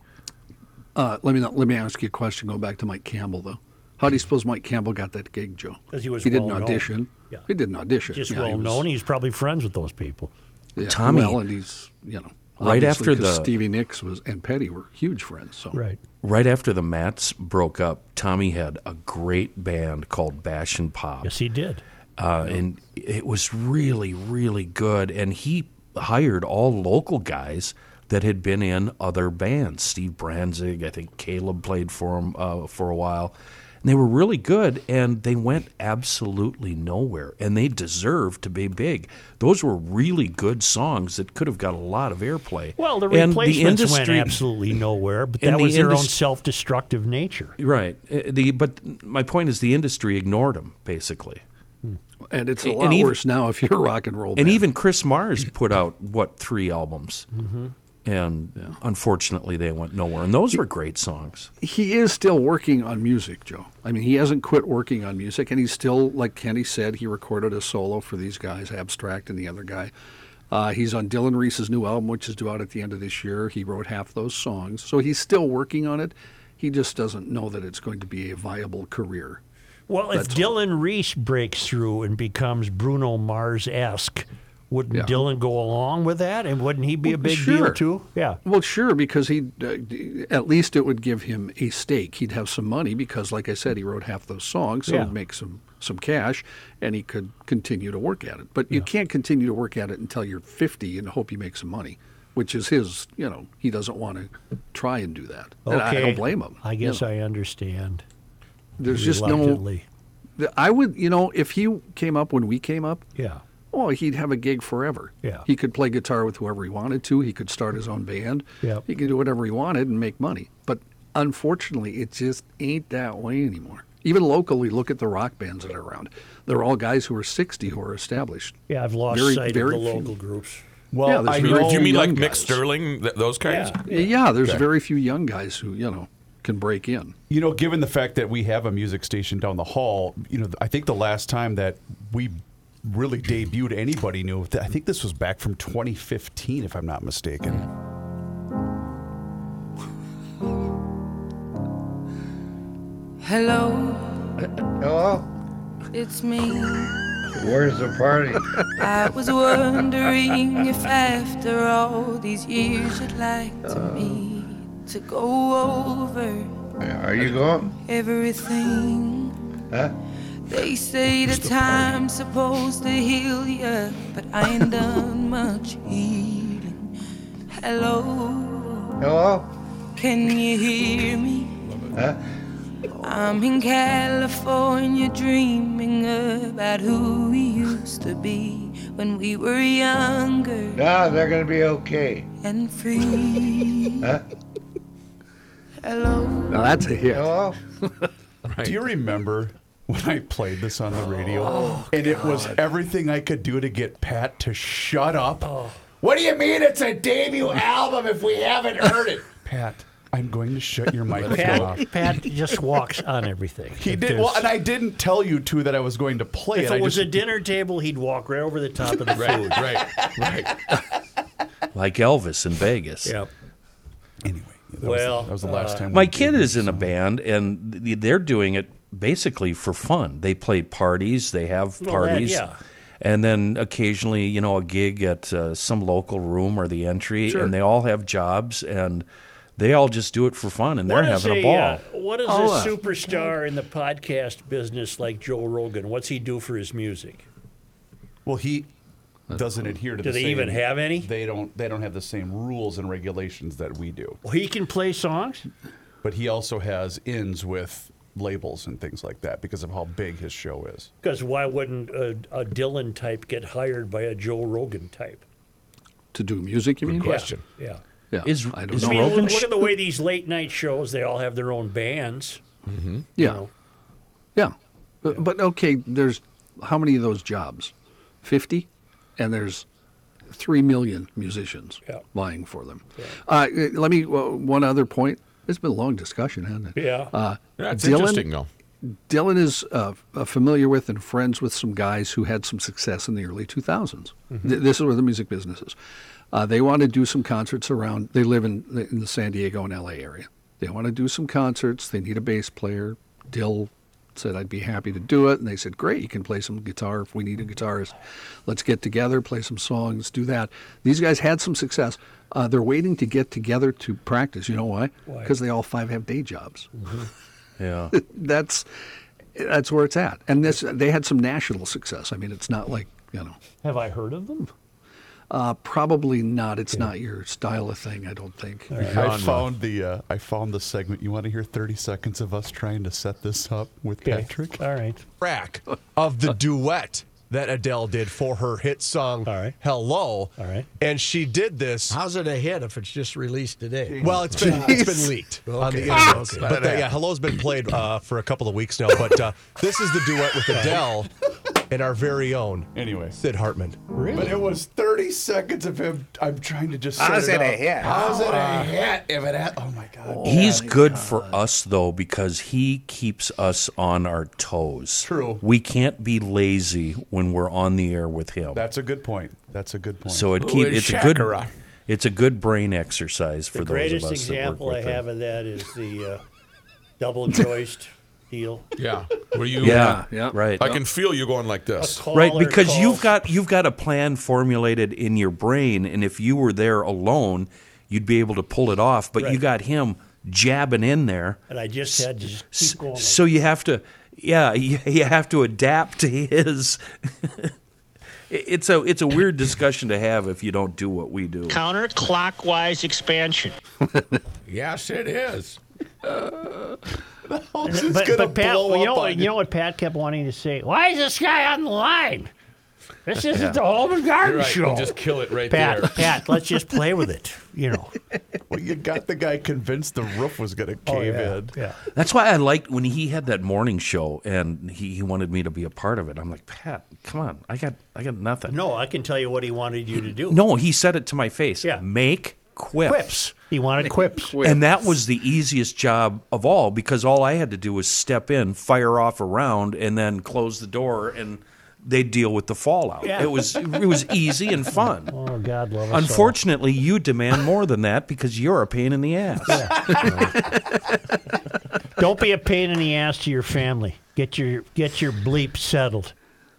F: Uh, let me not, let me ask you a question. Going back to Mike Campbell, though, how do you suppose Mike Campbell got that gig, Joe?
A: 'Cause he was
F: didn't
A: well-known.
F: audition.
A: Yeah.
F: He didn't audition.
A: Just
F: Yeah, he
A: well
F: was-
A: known. He's probably friends with those people.
F: Yeah,
E: Tommy-
F: well, and he's you know
E: Right
F: obviously,
E: after
F: 'cause
E: the-
F: Stevie Nicks was and Petty were huge friends. So
A: Right.
E: Right after the Mats broke up, Tommy had a great band called Bash and Pop,
A: Yes, he did.
E: uh, and it was really really good. And he hired all local guys that had been in other bands. Steve Branzig, I think Caleb played for him uh, for a while. And they were really good, and they went absolutely nowhere. And they deserved to be big. Those were really good songs that could have got a lot of airplay.
A: Well, the
E: And
A: replacements
E: industry-
A: went absolutely nowhere, but
E: and
A: that
E: the
A: was their own
E: indus-
A: self-destructive nature.
E: Right. Uh, The but my point is the industry ignored him basically,
F: and it's a
E: And
F: lot
E: even-
F: worse now if you're a rock and roll.
E: and
F: band.
E: even Chris Mars put out what three albums,
A: Mm-hmm.
E: and unfortunately they went nowhere. And those were great songs.
F: he is still working on music, Joe. I mean, he hasn't quit working on music, and he's still, like Kenny said, he recorded a solo for these guys, Abstract and the other guy. Uh, he's on Dylan Reese's new album, which is due out at the end of this year. He wrote half those songs, so he's still working on it. He just doesn't know that it's going to be a viable career.
A: Well, if Dylan Reese breaks through and becomes Bruno Mars esque, wouldn't
F: Yeah.
A: Dylan go along with that? And wouldn't he be a big
F: sure.
A: deal too? Yeah.
F: Well, sure, because he uh, d- at least it would give him a stake. He'd have some money because, like I said, he wrote half those songs, so
A: Yeah.
F: he'd make some some cash, and he could continue to work at it. But you can't continue to work at it until you're 50 and hope you make some money, which is his. You know, he doesn't want to try and do that. And I, I don't blame him.
A: I guess I understand.
F: There's just no.
A: reluctantly.
F: th- I would, you know, if he came up when we came up,
A: Yeah.
F: Oh, he'd have a gig forever.
A: Yeah.
F: He could play guitar with whoever he wanted to. He could start his own band.
A: Yep.
F: He could do whatever he wanted and make money. But unfortunately, it just ain't that way anymore. Even locally, look at the rock bands that are around. They're all guys who are 60 who are established.
A: Yeah, I've lost
F: Very-
A: sight
F: very
A: of the
F: few.
A: local groups.
B: Well,
F: Yeah, there's
B: I
F: very
B: know.
D: Do you mean
F: young
D: like Mick
F: guys.
D: Sterling, th- those kinds?
A: Yeah.
F: Yeah, there's very few young guys who, you know, can break in.
B: You know, given the fact that we have a music station down the hall, you know, I think the last time that we really debuted anybody new, I think this was back from 2015, if I'm not mistaken.
H: Hello.
I: Uh,
H: It's me.
I: Where's the party?
H: I was wondering if after all these years you'd like to
I: Uh.
H: me to go over
I: Are you going?
H: everything.
I: Huh?
H: They say the time's supposed to heal you, but I ain't done much healing. Hello.
I: Hello?
H: Can you hear me?
I: Huh?
H: I'm in California dreaming about who we used to be when we were younger
I: Nah, they're gonna be okay.
H: and free.
I: Huh?
H: Hello.
F: Now that's a hit.
I: Hello?
B: Do you remember when I played this on the radio?
A: Oh,
B: and it was everything I could do to get Pat to shut up.
A: Oh.
B: What do you mean it's a debut album if we haven't heard it? Pat, I'm going to shut your microphone off.
A: Pat, Pat just walks on everything.
B: uh, He
A: If
B: did
A: there's-
B: well, and I didn't tell you too that I was going to play
A: if
B: it.
A: it
B: I
A: was a
B: just,
A: dinner table, he'd walk right over the top of the food.
B: right, right.
E: like Elvis in Vegas.
A: Yep.
B: Anyway, that
A: Well, uh,
B: was, that was the last time.
E: My
B: we
E: kid
B: did
E: is in a band, and th- they're doing it basically for fun. They play parties, they have
A: that,
E: parties,
A: yeah.
E: and then occasionally, you know, a gig at uh, some local room or the entry, and they all have jobs, and they all just do it for fun, and they're
A: What is
E: having a, ball.
A: uh, what is a superstar in the podcast business like Joe Rogan? What's he do for his music?
B: Well, he doesn't adhere to.
A: Do
B: the
A: they
B: same-
A: even have any?
B: They don't. They don't have the same rules and regulations that we do.
A: Well, he can play songs.
B: But he also has ins with labels and things like that because of how big his show is.
A: Because why wouldn't a, a Dylan type get hired by a Joe Rogan type?
F: To do music, you mean?
D: Question.
A: Yeah.
F: Yeah.
E: Is-
F: I don't
E: is
A: I
F: know.
A: mean,
E: Rogan
A: look,
E: sh-
A: look at the way these late night shows, they all have their own bands.
F: yeah. Yeah. But, but okay, there's how many of those jobs? 50? And there's 3 million musicians
A: Yeah.
F: vying for them. Uh, let me, well, one other point. It's been a long discussion, hasn't it?
A: Yeah.
F: Uh,
D: That's
F: Dylan,
D: interesting, though.
F: Dylan is uh, uh, familiar with and friends with some guys who had some success in the early 2000s. Th- this is where the music business is. Uh, they want to do some concerts around, they live in the, in the San Diego and LA area. They want to do some concerts. They need a bass player. Dill said, I'd be happy to do it. And they said, Great, you can play some guitar if we need a guitarist. Let's get together, play some songs, do that. These guys had some success. Uh, they're waiting to get together to practice. You know why?
A: Why?
F: Because they all five have day jobs
E: yeah.
F: that's that's where it's at. And this they had some national success. I mean, it's not like you know,
A: Have I heard of them?
F: uh, probably not. It's not your style of thing, I don't think.
B: I found the uh, I found the segment. You want to hear 30 seconds of us trying to set this up with
A: Okay. Uh,
B: Patrick?
A: All right.
J: track of the duet that Adele did for her hit song
A: All right.
J: "Hello."
A: All right.
J: and she did this.
K: How's it a hit if it's just released today?
J: Well, it's been it's been leaked on the internet,
F: Ah,
J: but uh, yeah, "Hello"'s been played uh, for a couple of weeks now. But uh, this is the duet with Adele and our very own
B: Anyway.
J: Sid Hartman.
B: But it was 30 seconds of him. I'm trying to just. Set
I: How's it a hit?
B: How's it a hit? If it ha- oh my god.
E: He's good for us though because he keeps us on our toes.
B: True.
E: We can't be lazy when we're on the air with him.
B: That's a good point. That's a good point.
E: So it keep,
D: is
E: it's a good
D: Shakira?
E: it's a good brain exercise for
A: The
E: those of
A: greatest
E: us
A: example
E: that
A: I
E: work with
A: have
E: them.
A: of that is the uh, double joist heel.
D: Yeah. Were you? uh,
E: Yeah,
F: Yeah, yeah.
E: right.
D: I can feel you going like this.
E: right because you've got you've got a plan formulated in your brain and if you were there alone, you'd be able to pull it off, but you
A: Right.
E: got him jabbing in there.
A: And I just had to just keep going.
E: So you have to, yeah, you, you have to adapt to his. It- it's a it's a weird discussion to have if you don't do what we do.
K: Counterclockwise expansion.
D: Yes, it is.
B: it's
A: but,
B: gonna
A: but Pat,
B: blow
A: you
B: up
A: know,
B: on
A: you know what Pat kept wanting to say? Why is this guy on the line? This isn't the Home and Garden
D: Right.
A: Show.
D: You just kill it right
A: Pat,
D: there.
A: Pat, let's just play with it. You know,
B: Well, you got the guy convinced the roof was going to cave in.
A: Oh, yeah.
E: That's why I liked when he had that morning show and he, he wanted me to be a part of it. I'm like, Pat, come on, I got I got nothing.
A: No, I can tell you what he wanted you to do.
E: No, he said it to my face.
A: Yeah.
E: make quips.
A: quips. He wanted quips.
E: And that was the easiest job of all because all I had to do was step in, fire off a round, and then close the door, and they deal with the fallout.
A: Yeah.
E: It was it was easy and fun.
A: Oh God, love us. all.
E: Unfortunately, you demand more than that because you're a pain in the ass.
A: Don't be a pain in the ass to your family. Get your get your bleep settled.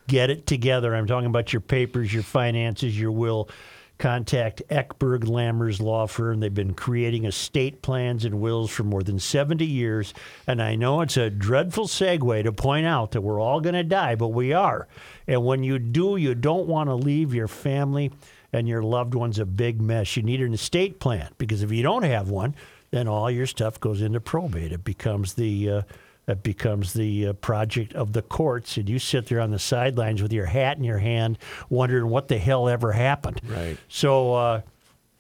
A: Get it together. I'm talking about your papers, your finances, your will. Contact Eckberg Lammers Law Firm. They've been creating estate plans and wills for more than 70 years. And I know it's a dreadful segue to point out that we're all going to die, but we are. And when you do, you don't want to leave your family and your loved ones a big mess. You need an estate plan because if you don't have one, then all your stuff goes into probate. It becomes the uh, that becomes the uh, project of the courts, and you sit there on the sidelines with your hat in your hand, wondering what the hell ever happened. Right. So, uh,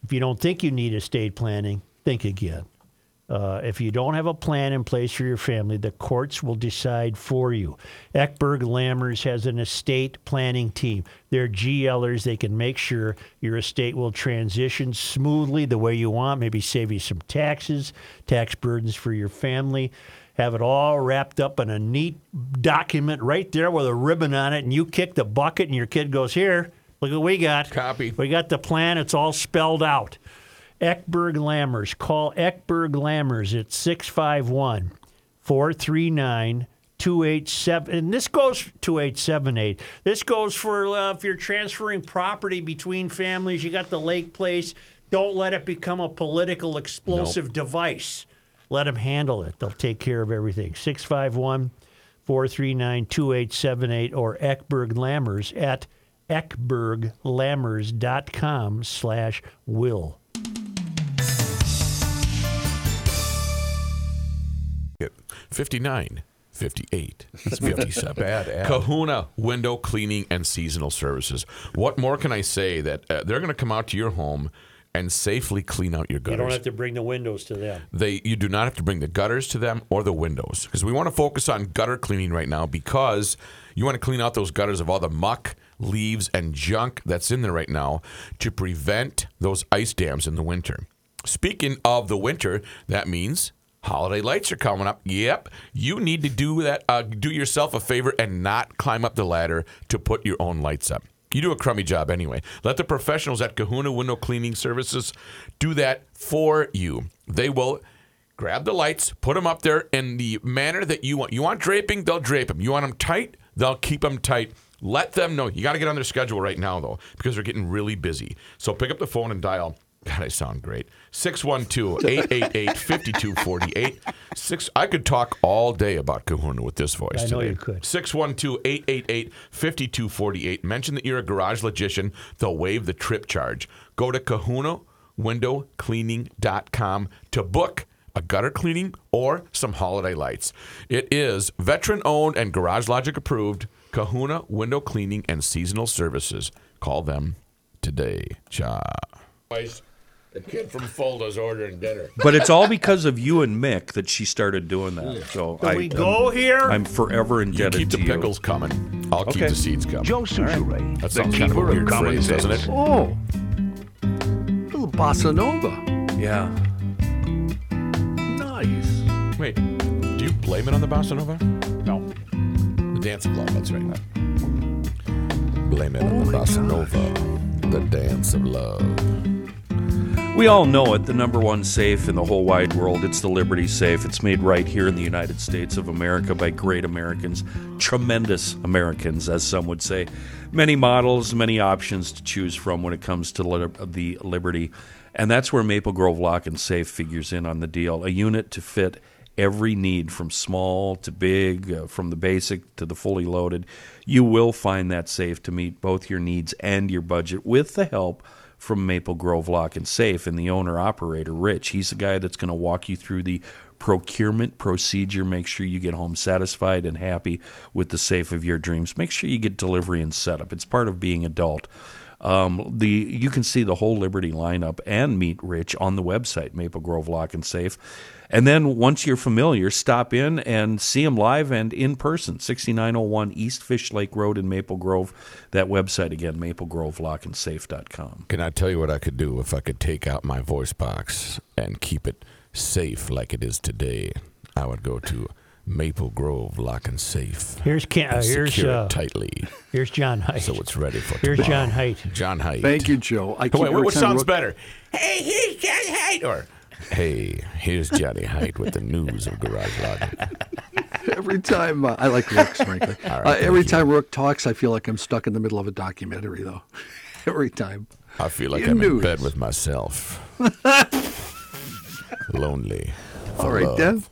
A: if you don't think you need estate planning, think again. Uh, if you don't have a plan in place for your family, the courts will decide for you. Eckberg Lammers has an estate planning team. They're GLers. They can make sure your estate will transition smoothly the way you want, maybe save you some taxes, tax burdens for your family. Have it all wrapped up in a neat document right there with a ribbon on it, and you kick the bucket, and your kid goes, Here, look what we got. Copy. We got the plan, it's all spelled out. Eckberg Lammers. Call Eckberg Lammers at 651 439 287. And this goes 2878. This goes for uh, if you're transferring property between families, you got the lake place. Don't let it become a political explosive device. Let them handle it. They'll take care of everything. 651 439 2878 or Eckberg Lammers at eckberglammers.com slash will.
D: Yep. 59, 58,
B: That's
D: 57.
B: bad ad.
D: Kahuna Window Cleaning and Seasonal Services. What more can I say that uh, they're going to come out to your home and safely clean out your
A: You
D: gutters?
A: don't have to bring the windows to them.
D: they you do not have to bring the gutters to them or the windows because we want to focus on gutter cleaning right now because you want to clean out those gutters of all the muck leaves and junk that's in there right now to prevent those ice dams in the winter speaking of the winter that means holiday lights are coming up yep you need to do that uh, do yourself a favor and not climb up the ladder to put your own lights up you do a crummy job anyway. Let the professionals at Kahuna Window Cleaning Services do that for you. They will grab the lights, put them up there in the manner that you want. You want draping, they'll drape them. You want them tight, they'll keep them tight. Let them know. You got to get on their schedule right now, though, because they're getting really busy. So pick up the phone and dial. God, I sound great. 612 888 5248. I could talk all day about Kahuna with this voice.
A: I know
D: today.
A: you could.
D: 612 888 5248. Mention that you're a garage logician. They'll waive the trip charge. Go to kahunawindowcleaning.com to book a gutter cleaning or some holiday lights. It is veteran owned and Garage Logic approved. Kahuna Window Cleaning and Seasonal Services. Call them today. Cha.
L: The kid from Folda's ordering dinner.
E: But it's all because of you and Mick that she started doing that. So
L: Can
E: I,
L: we go here?
E: I'm forever indebted
D: keep the
E: to you.
D: pickles coming. I'll keep
E: Okay.
D: the seeds coming.
E: Joe
D: All right. That
E: The
D: sounds kind of a
E: keeper of
D: weird
E: common
D: phrase, doesn't
E: sense.
D: it?
F: Oh, little bossa nova.
E: Yeah.
F: Nice.
D: Wait, do you blame it on the bossa nova? No. The dance of love, that's right. Blame it
A: Oh
D: on the bossa nova. The dance of love.
E: We all know it, the number one safe in the whole wide world. It's the Liberty Safe. It's made right here in the United States of America by great Americans, tremendous Americans, as some would say. Many models, many options to choose from when it comes to lib- the Liberty. And that's where Maple Grove Lock and Safe figures in on the deal. A unit to fit every need from small to big, uh, from the basic to the fully loaded. You will find that safe to meet both your needs and your budget with the help from Maple Grove Lock and Safe and the owner operator, Rich. He's the guy that's going to walk you through the procurement procedure. Make sure you get home satisfied and happy with the safe of your dreams. Make sure you get delivery and setup. It's part of being adult. Um, the you can see the whole Liberty lineup and meet Rich on the website Maple Grove Lock and Safe, and then once you're familiar, stop in and see him live and in person. 6901 East Fish Lake Road in Maple Grove. That website again, maplegrovelockandsafe.com.
D: Can I tell you what I could do if I could take out my voice box and keep it safe like it is today? I would go to Maple Grove Lock and Safe.
A: Here's Ken-
D: and
A: uh, here's,
D: secure
A: uh,
D: it tightly.
A: Here's John Height.
D: So it's ready for
A: Here's
D: tomorrow.
A: John Haidt.
D: John Height.
F: Thank you, Joe. I keep
D: Wait, what,
F: every
D: what
F: time I
D: sounds
F: look-
D: better? Hey, here's John Height. Or, hey, here's Johnny Height with the news of Garage Logic.
F: Every time uh, I like Rook's, frankly.
D: All right,
F: uh, every
D: thank
F: time Rook talks, I feel like I'm stuck in the middle of a documentary, though. every time.
D: I feel like
F: You
D: I'm in
F: knew
D: bed with myself. Lonely.
F: All right, Dev.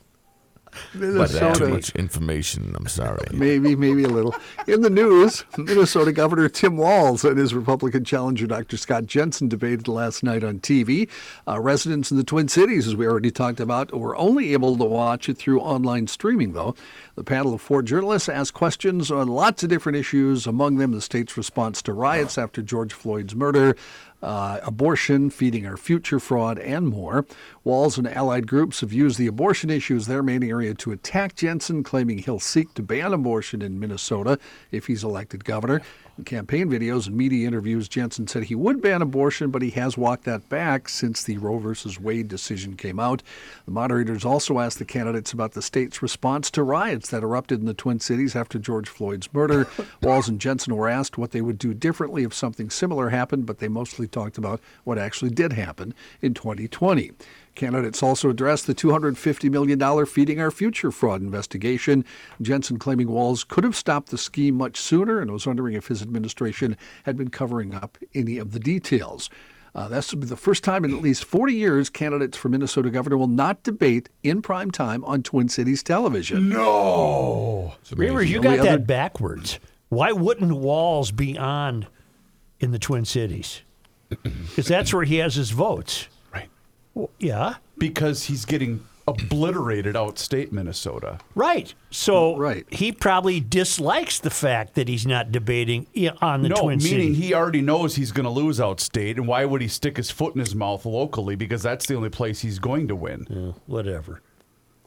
D: But that's too
F: Minnesota.
D: much information. I'm sorry.
F: Maybe, maybe a little. In the news, Minnesota Governor Tim Walz and his Republican challenger Dr. Scott Jensen debated last night on TV. Uh, residents in the Twin Cities, as we already talked about, were only able to watch it through online streaming, though. The panel of four journalists asked questions on lots of different issues, among them the state's response to riots after George Floyd's murder, uh, abortion, feeding our future fraud, and more. Walls and allied groups have used the abortion issue as their main area to attack Jensen, claiming he'll seek to ban abortion in Minnesota if he's elected governor. In campaign videos and media interviews, Jensen said he would ban abortion, but he has walked that back since the Roe versus Wade decision came out. The moderators also asked the candidates about the state's response to riots that erupted in the Twin Cities after George Floyd's murder. Walls and Jensen were asked what they would do differently if something similar happened, but they mostly talked about what actually did happen in 2020. Candidates also addressed the $250 million Feeding Our Future fraud investigation. Jensen claiming Walls could have stopped the scheme much sooner and was wondering if his administration had been covering up any of the details. Uh, that's the first time in at least 40 years candidates for Minnesota governor will not debate in prime time on Twin Cities television.
B: Oh,
A: No. Reavers, you
F: The
A: got
F: other-
A: that backwards. Why wouldn't Walls be on in the Twin Cities? Because that's where he has his votes. Right. Well, yeah.
B: Because he's getting obliterated outstate Minnesota.
A: Right. So right. he probably dislikes the fact that he's not debating i- on the
B: no,
A: Twin
B: meaning
A: Cities.
B: he already knows he's going to lose outstate, and why would he stick his foot in his mouth locally? Because that's the only place he's going to win.
A: whatever.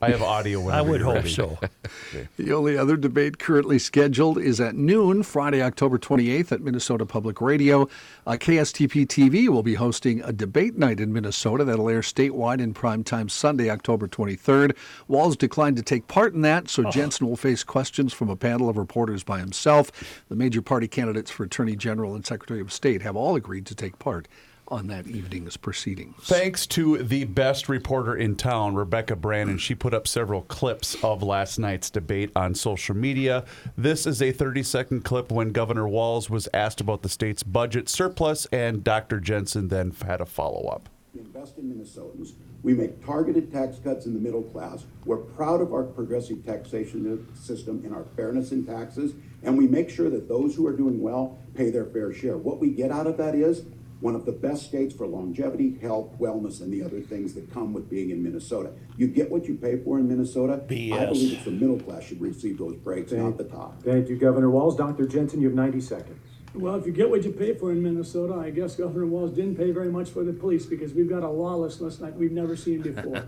B: I have audio.
A: I
B: whenever
A: would
B: you're
A: hope
B: ready.
A: so.
F: The only other debate currently scheduled is at noon, Friday, October 28th at Minnesota Public Radio. Uh, KSTP TV will be hosting a debate night in Minnesota that'll air statewide in primetime Sunday, October 23rd. Walls declined to take part in that, so Jensen will face questions from a panel of reporters by himself. The major party candidates for Attorney General and Secretary of State have all agreed to take part on that evening's proceedings.
B: Thanks to the best reporter in town, Rebecca Brandon. She put up several clips of last night's debate on social media. This is a 30 second clip when Governor Walls was asked about the state's budget surplus, and Dr. Jensen then had a follow up.
M: We invest in Minnesotans. We make targeted tax cuts in the middle class. We're proud of our progressive taxation system and our fairness in taxes. And we make sure that those who are doing well pay their fair share. What we get out of that is one of the best states for longevity, health, wellness, and the other things that come with being in Minnesota. You get what you pay for in Minnesota. I
N: BS.
M: believe it's the middle class should receive those breaks, not the top.
N: Thank you, Governor Walls. Dr. Jensen, you have 90 seconds.
O: Well, if you get what you pay for in Minnesota, I guess Governor Walls didn't pay very much for the police because we've got a lawlessness like we've never seen before.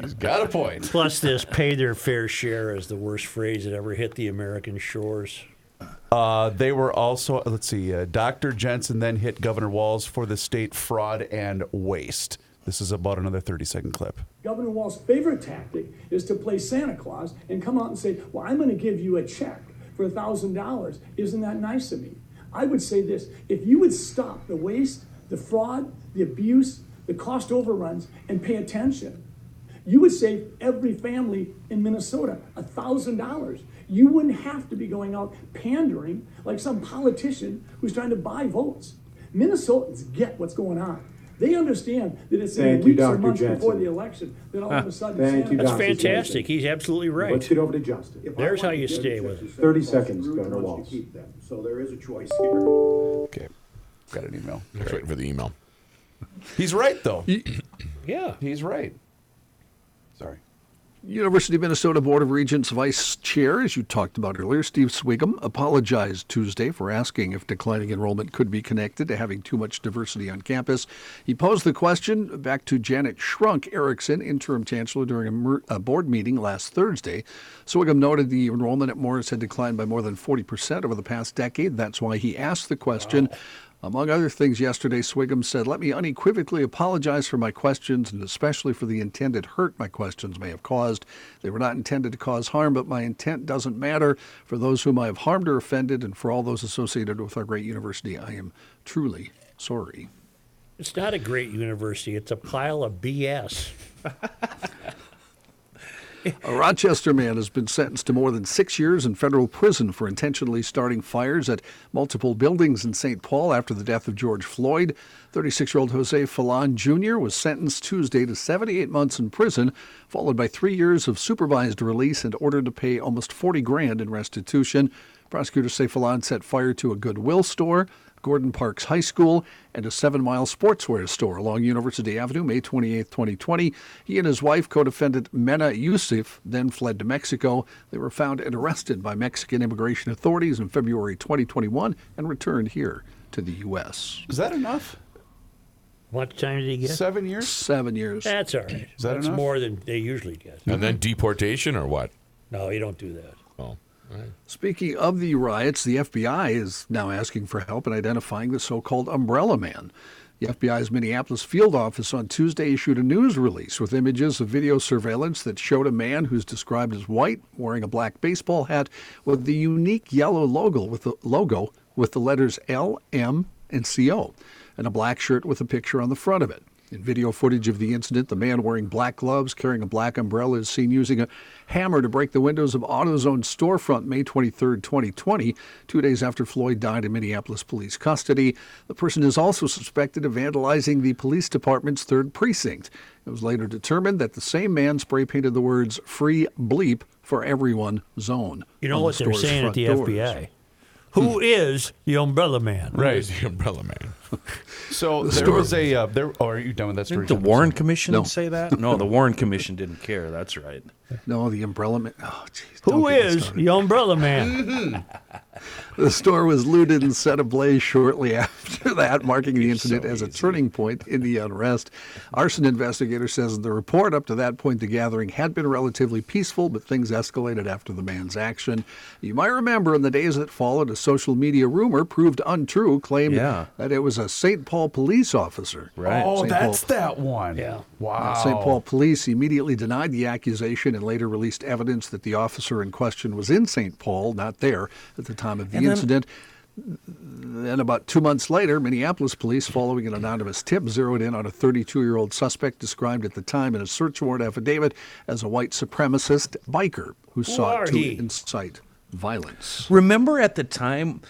B: He's got a point.
A: Plus, this pay their fair share is the worst phrase that ever hit the American shores.
B: Uh, they were also, let's see, uh, Dr. Jensen then hit Governor Walls for the state fraud and waste. This is about another 30 second clip.
O: Governor Walls' favorite tactic is to play Santa Claus and come out and say, Well, I'm going to give you a check for $1,000. Isn't that nice of me? I would say this if you would stop the waste, the fraud, the abuse, the cost overruns, and pay attention, you would save every family in Minnesota $1,000. You wouldn't have to be going out pandering like some politician who's trying to buy votes. Minnesotans get what's going on. They understand that it's in
N: Thank you,
O: weeks or
N: Dr.
O: months before
N: Jensen. Ah,
O: the election that all of a sudden
N: Thank you,
O: Santa-
A: That's
N: Dr.
A: fantastic.
N: Jensen.
A: He's absolutely right.
N: Let's get over to Justin.
A: There's how you stay with it.
N: 30 seconds, Governor Walls.
M: So there is a choice here.
B: Okay. Got an email.
D: Just waiting for the email.
B: Mm-hmm. He's right, though.
A: yeah.
B: He's right. Sorry.
F: University of Minnesota Board of Regents Vice Chair, as you talked about earlier, Steve Swigum, apologized Tuesday for asking if declining enrollment could be connected to having too much diversity on campus. He posed the question back to Janet Shrunk Erickson, interim chancellor, during a, mer- a board meeting last Thursday. Swigum noted the enrollment at Morris had declined by more than 40% over the past decade. That's why he asked the question. Among other things, yesterday, Swigum said, Let me unequivocally apologize for my questions and especially for the intended hurt my questions may have caused. They were not intended to cause harm, but my intent doesn't matter. For those whom I have harmed or offended, and for all those associated with our great university, I am truly sorry.
A: It's not a great university. It's a pile of BS.
F: A Rochester man has been sentenced to more than six years in federal prison for intentionally starting fires at multiple buildings in St. Paul after the death of George Floyd. 36 year old Jose Falon Jr. was sentenced Tuesday to 78 months in prison, followed by three years of supervised release and ordered to pay almost 40 grand in restitution. Prosecutors say Falon set fire to a Goodwill store, Gordon Parks High School, and a seven mile sportswear store along University Avenue, May 28, 2020. He and his wife, co defendant Mena Yusuf, then fled to Mexico. They were found and arrested by Mexican immigration authorities in February 2021 and returned here to the U.S.
B: Is that enough?
A: What time did he get?
B: Seven years?
F: Seven years.
A: That's all right.
B: Is that
A: That's
B: enough?
A: more than they usually get.
D: And then deportation or what?
A: No, you don't do that.
D: Oh.
F: Speaking of the riots, the FBI is now asking for help in identifying the so called Umbrella Man. The FBI's Minneapolis field office on Tuesday issued a news release with images of video surveillance that showed a man who's described as white wearing a black baseball hat with the unique yellow logo with the logo with the letters L, M, and CO, and a black shirt with a picture on the front of it. In video footage of the incident, the man wearing black gloves, carrying a black umbrella, is seen using a hammer to break the windows of AutoZone's storefront May 23, 2020, two days after Floyd died in Minneapolis police custody. The person is also suspected of vandalizing the police department's third precinct. It was later determined that the same man spray painted the words "Free Bleep for Everyone" zone.
A: You know
F: on
A: what they're
F: store's
A: saying
F: front
A: at the
F: doors.
A: FBI? Who is the Umbrella Man?
B: Right.
D: the Umbrella Man?
B: So
E: The
B: there
E: story-
B: was a. Uh, there. Oh, are you done with that story?
E: Didn't the
B: Tom?
E: Warren Commission
B: No.
E: say that? No, the Warren Commission didn't care. That's right.
F: No, the umbrella man. Oh, jeez.
A: Who is the Umbrella Man?
F: The store was looted and set ablaze shortly after that, marking the incident as a turning point in the unrest. Arson investigator says in the report up to that point the gathering had been relatively peaceful, but things escalated after the man's action. You might remember in the days that followed, a social media rumor proved untrue, claimed
E: Yeah.
F: that it was a St. Paul police officer.
B: Oh,
F: St. Paul-
B: that's that one. Yeah. Wow.
F: St. Paul police immediately denied the accusation and later released evidence that the officer in question was in St. Paul, not there, at the time of the
E: And then-
F: incident. Then, about two months later, Minneapolis police, following an anonymous tip, zeroed in on a 32 year old suspect described at the time in a search warrant affidavit as a white supremacist biker who,
A: are
F: sought to
A: he?
F: incite violence.
E: Remember at the time,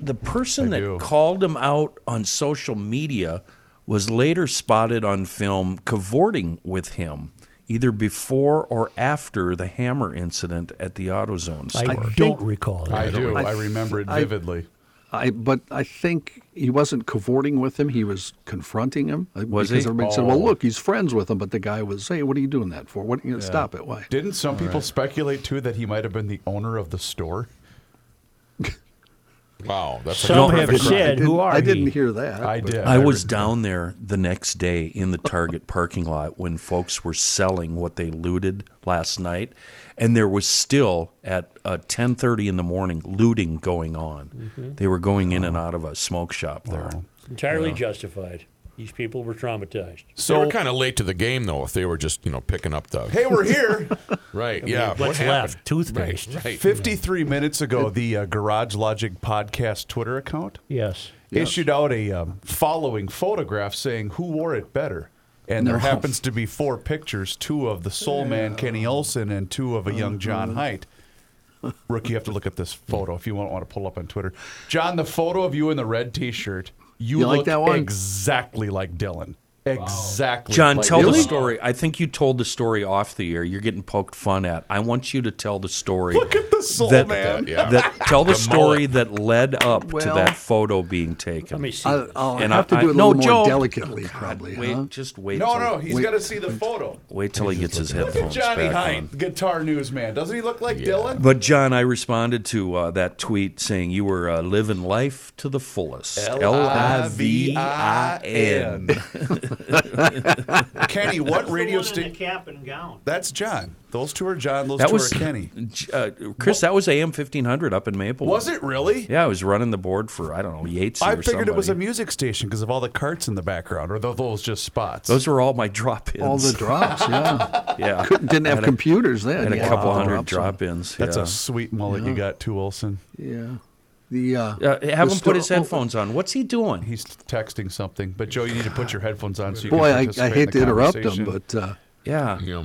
E: the person that called him out on social media was later spotted on film cavorting with him, either before or after the hammer incident at the AutoZone store.
A: I don't recall that.
B: I do. I,
F: I-
B: remember it
F: I-
B: vividly.
F: I, but I think he wasn't cavorting with him. He was confronting him. uh,
E: Was
F: because
E: he?
F: everybody said, well,
B: Oh.
F: look, he's friends with him. But the guy was, hey, what are you doing that for? What, you know, Stop it. Why?
B: Didn't some people speculate too that he might have been the owner of the store?
D: Wow, that's a
A: Some have
D: perfect crime.
A: said, "Who are
F: I didn't
A: he?"
F: hear that.
B: I did.
E: I was down there the next day in the Target parking lot when folks were selling what they looted last night, and there was still at uh, ten thirty in the morning looting going on. They were going in and out of a smoke shop there.
A: Entirely justified. These people were traumatized.
D: So they were kind of late to the game though. If they were just you know picking up the
B: Hey, we're here.
D: right, yeah. Uh, what
A: What's
D: happened?
A: left? Toothpaste.
D: Right.
B: 53 minutes ago, the uh, Garage Logic podcast Twitter account
A: Yes.
B: issued out a um, following photograph saying who wore it better. And there
F: No.
B: happens to be four pictures two of the Soul Man Kenny Olson and two of a young John Height. Rookie, you have to look at this photo if you want, want to pull up on Twitter. John, the photo of you in the red t shirt, you,
F: You like
B: look
F: that one?
B: exactly like Dylan. Exactly.
E: John,
B: like
E: tell
B: Dylan.
E: the story. I think you told the story off the air. You're getting poked fun at. I want you to tell the story.
B: Look at the Soul
E: that,
B: Man.
D: Yeah.
E: that- tell the, story that led up to
F: Well-
E: that photo being taken.
A: Let me see.
F: I'll, I'll
E: And
F: have
E: I-
F: to do
E: I-
F: it a
E: no,
F: little more
E: Joe.
F: delicately, probably.
E: Wait,
F: huh?
E: just wait.
B: No,
E: till-
B: no, he's
F: Wait.
B: got to see the photo.
E: Wait till he gets his
B: Look at
E: headphones
B: Johnny
E: back
B: Height,
E: on.
B: guitar newsman. Doesn't he look like Dylan?
E: But John, I responded to uh, that tweet saying you were uh, living life to the fullest. L I V I N.
B: Kenny, what radio station?
A: cap and gown.
B: That's John. Those two are John. Those
E: That
B: two
E: was
B: are Kenny.
E: Uh, Chris. That was AM fifteen hundred up in Maplewood.
B: Was it really?
E: Yeah, I was running the board for I don't know Yates.
B: I
E: or
B: figured it was a
E: somebody.
B: music station because of all the carts in the background, or tho- those just spots.
E: Those were all my drop-ins.
F: All the drops, yeah.
E: yeah.
F: Didn't
E: I
F: have
E: had a-
F: computers
E: I
F: then.
E: had a
F: You had
E: couple
F: to
E: hundred
F: drop some.
E: drop-ins.
B: That's
E: yeah.
B: a sweet mullet you got, too, Olson.
F: Yeah. The, uh,
E: Uh, have
F: the
E: him
F: sto-
E: put
B: oh,
E: his headphones on. What's he doing?
B: He's texting something, but Joe, you need to put your headphones on so you
F: oh, Boy,
B: can
F: I,
B: participate
F: I
B: in
F: hate
B: the
F: to interrupt him,
B: conversation.
F: but uh,
E: yeah.
D: Yeah.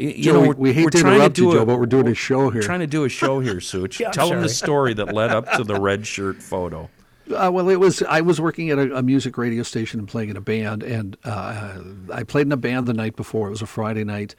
E: Y- You
F: Joe,
E: know,
F: we-
E: we're,
F: we hate
E: we're
F: to
E: trying
F: interrupt
E: to
F: you,
E: do
F: Joe, but we're doing a show here.
E: Trying to do a show here, Such.
F: Yeah, I'm
E: Tell them the
F: sorry.
E: story that led up to the red shirt photo.
F: Uh, well, it was I was working at a, a music radio station and playing in a band, and uh, I played in a band the night before. It was a Friday night.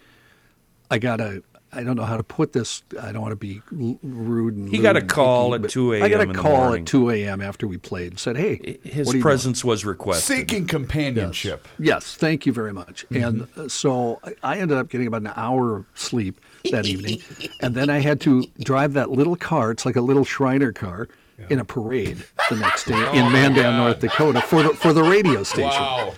F: I got a I don't know how to put this. I don't want to be l- rude. And
E: He got a
F: lewd and
E: call
F: icky,
E: at
F: but
E: 2
F: I got
E: a.m.
F: a
E: in the
F: call
E: morning.
F: at two a.m. after we played. and Said, "Hey,
E: His
F: what are you doing?"
E: presence was requested.
B: Seeking companionship.
F: Yes, thank you very much.
E: Mm-hmm.
F: And uh, so I- I ended up getting about an hour of sleep that evening. and then I had to drive that little car, it's like a little Shriner car, in a parade the next day
P: Oh,
F: in
P: my
F: Mandan,
P: God.
F: North Dakota for the, for the radio station.
P: Wow.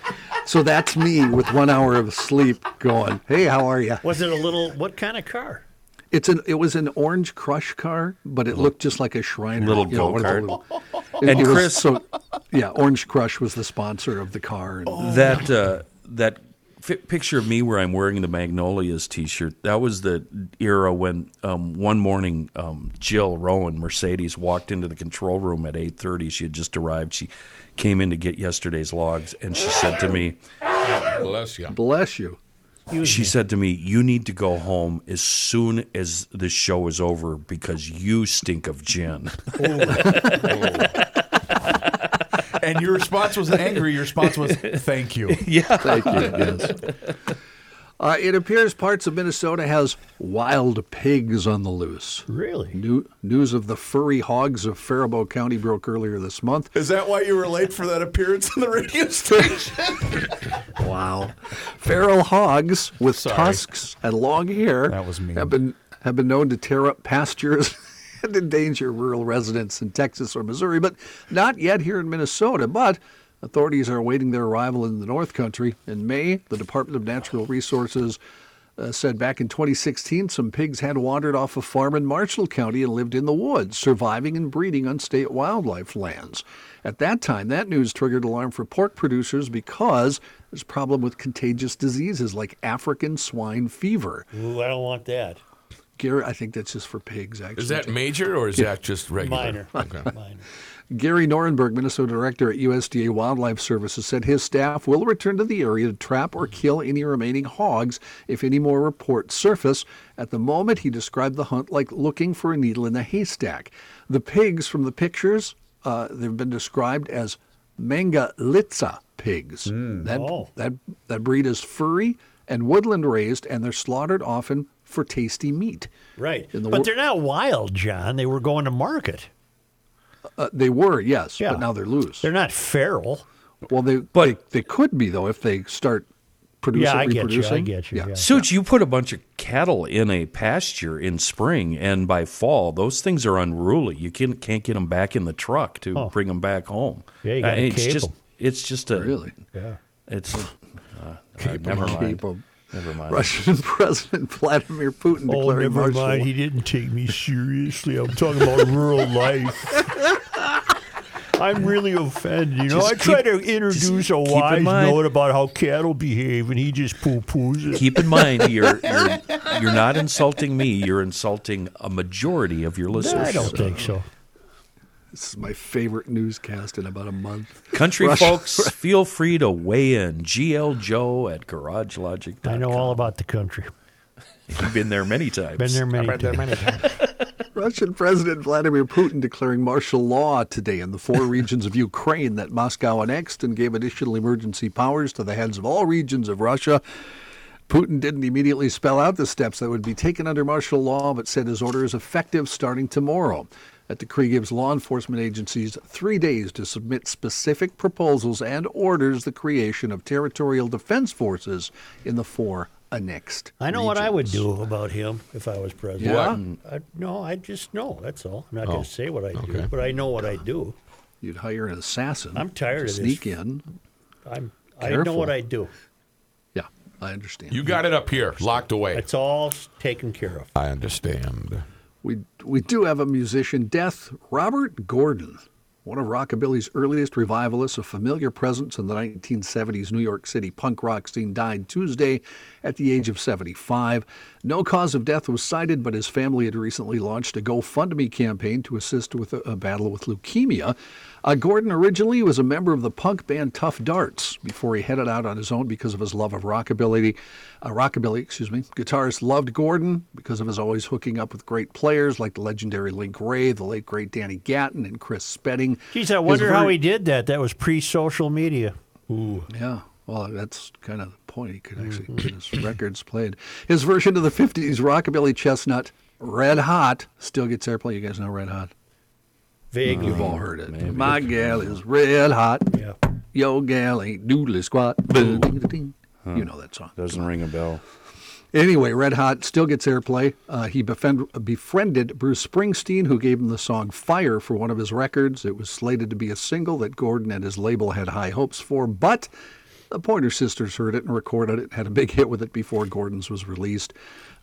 F: So that's me with one hour of sleep going, hey, how are you?
A: Was it a little? What kind of car?
F: It's an it was an orange crush car, but it looked just like a Shriner.
E: Little
F: you know, one of the
E: go-kart.
F: little-
E: And
F: it, it was
E: Chris-
F: so yeah, Orange Crush was the sponsor of the car. And,
E: that uh, that fi picture of me where I'm wearing the Magnolias T-shirt. That was the era when um, one morning um, Jill Rowan Mercedes walked into the control room at 8:30. She had just arrived. She came in to get yesterday's logs, and she said to me,
L: Bless you.
F: Bless you.
E: she
A: Mm-hmm.
E: said to me, "You need to go home as soon as this show is over because you stink of gin."
B: And your response was angry. Your response was thank you.
E: Yeah.
F: Thank you. Yes. Uh, it appears parts of Minnesota has wild pigs on the loose.
A: Really?
F: New, news of the furry hogs of Faribault County broke earlier this month.
B: Is that why you were late for that appearance on the radio station?
F: Wow. Feral hogs with tusks and long hair have been have been known to tear up pastures and endanger rural residents in Texas or Missouri, but not yet here in Minnesota. But authorities are awaiting their arrival in the North Country. In May, the Department of Natural Resources uh, said back in 2016, some pigs had wandered off a farm in Marshall County and lived in the woods, surviving and breeding on state wildlife lands. At that time, that news triggered alarm for pork producers because there's a problem with contagious diseases like African swine fever.
A: Ooh, I don't want that.
F: Gary, I think that's just for pigs, actually.
D: Is that major or is
F: Yeah.
D: that just regular?
A: Minor. Minor.
F: Gary Norenberg, Minnesota director at USDA Wildlife Services, said his staff will return to the area to trap or kill any remaining hogs if any more reports surface. At the moment, he described the hunt like looking for a needle in a haystack. The pigs from the pictures, uh, they've been described as mangalitsa pigs.
D: Hmm.
F: That,
D: Oh.
F: that, that breed is furry and woodland raised, and they're slaughtered often for tasty meat.
A: Right.
F: In the
A: but
F: wor-
A: they're not wild, John. They were going to market.
F: Uh, they were, yes, but now they're loose. They're
A: not feral.
F: Well, they but they, they could be though if they start producing.
E: Yeah, I get you, I
F: reproducing.
A: get you, yeah.
E: Suits, you put a bunch of cattle in a pasture in spring, and by fall, those things are unruly. You can't, can't get them back in the truck to bring 'em bring them back home. Uh,
A: Yeah, you gotta
E: it's
A: cape
E: just
A: 'em.
E: it's just a
F: Really?
A: Yeah.
E: It's uh,
F: Cape 'em,
E: never mind.
F: cape 'em.
E: Never mind.
F: Russian President Vladimir Putin
E: Oh,
F: declaring
E: never
F: martial
E: mind.
F: law.
E: He
A: didn't take me seriously. I'm talking about rural life. I'm really offended. You know,
E: Just
A: I try
E: keep-
A: to introduce
E: just
A: a
E: keep in
A: wise
E: mind-
A: note about how cattle behave, and he just poo poos it.
E: Keep in mind, you're, you're you're not insulting me. You're insulting a majority of your listeners.
A: I don't think so.
F: This is my favorite newscast in about a month.
E: Country
F: Russia-
E: folks, feel free to weigh in. GL Joe at GarageLogic.
A: I know all about the country.
E: You've been there many times.
A: Been there many I've been there times.
F: Russian President Vladimir Putin declaring martial law today in the four regions of Ukraine that Moscow annexed and gave additional emergency powers to the heads of all regions of Russia. Putin didn't immediately spell out the steps that would be taken under martial law, but said his order is effective starting tomorrow. That decree gives law enforcement agencies three days to submit specific proposals and orders the creation of territorial defense forces in the four annexed.
A: I know what I would do about him if I was president. I, Uh, no, I just know. That's all. I'm not
F: Oh,
A: going to say what I do, but I know what I do.
F: You'd hire an assassin.
A: I'm tired
F: to
A: of this.
F: sneak in.
A: I'm. I know
F: Careful.
A: what I do.
F: Yeah, I understand.
D: You got it up here, locked away.
A: It's all taken care of.
D: I understand.
F: We we do have a musician death. Robert Gordon one of rockabilly's earliest revivalists, a familiar presence in the 1970s New York City punk rock scene, died Tuesday at the age of 75. No cause of death was cited, but his family had recently launched a GoFundMe campaign to assist with a, a battle with leukemia. Uh, Gordon originally was a member of the punk band Tough Darts before he headed out on his own because of his love of rockabilly. Uh, rockabilly, excuse me. Guitarists loved Gordon because of his always hooking up with great players like the legendary Link Ray, the late great Danny Gatton, and Chris Spedding.
A: Geez, I
F: His
A: wonder how
F: ver-
A: he did that. That was pre-social media. Ooh.
F: Yeah. Well, that's kind of the point. He could actually
A: Mm-hmm.
F: get his records played. His version of the 50s rockabilly chestnut, Red Hot, still gets airplay. You guys know Red Hot?
A: Vaguely.
F: You've all heard it. My gal is red hot. Yeah. Yo gal ain't doodly squat. Boo. Ding, ding, ding. You know that song.
E: Doesn't ring a bell.
F: Anyway, Red Hot still gets airplay. Uh, he befriend, befriended Bruce Springsteen, who gave him the song Fire for one of his records. It was slated to be a single that Gordon and his label had high hopes for, but the Pointer Sisters heard it and recorded it and had a big hit with it before Gordon's was released.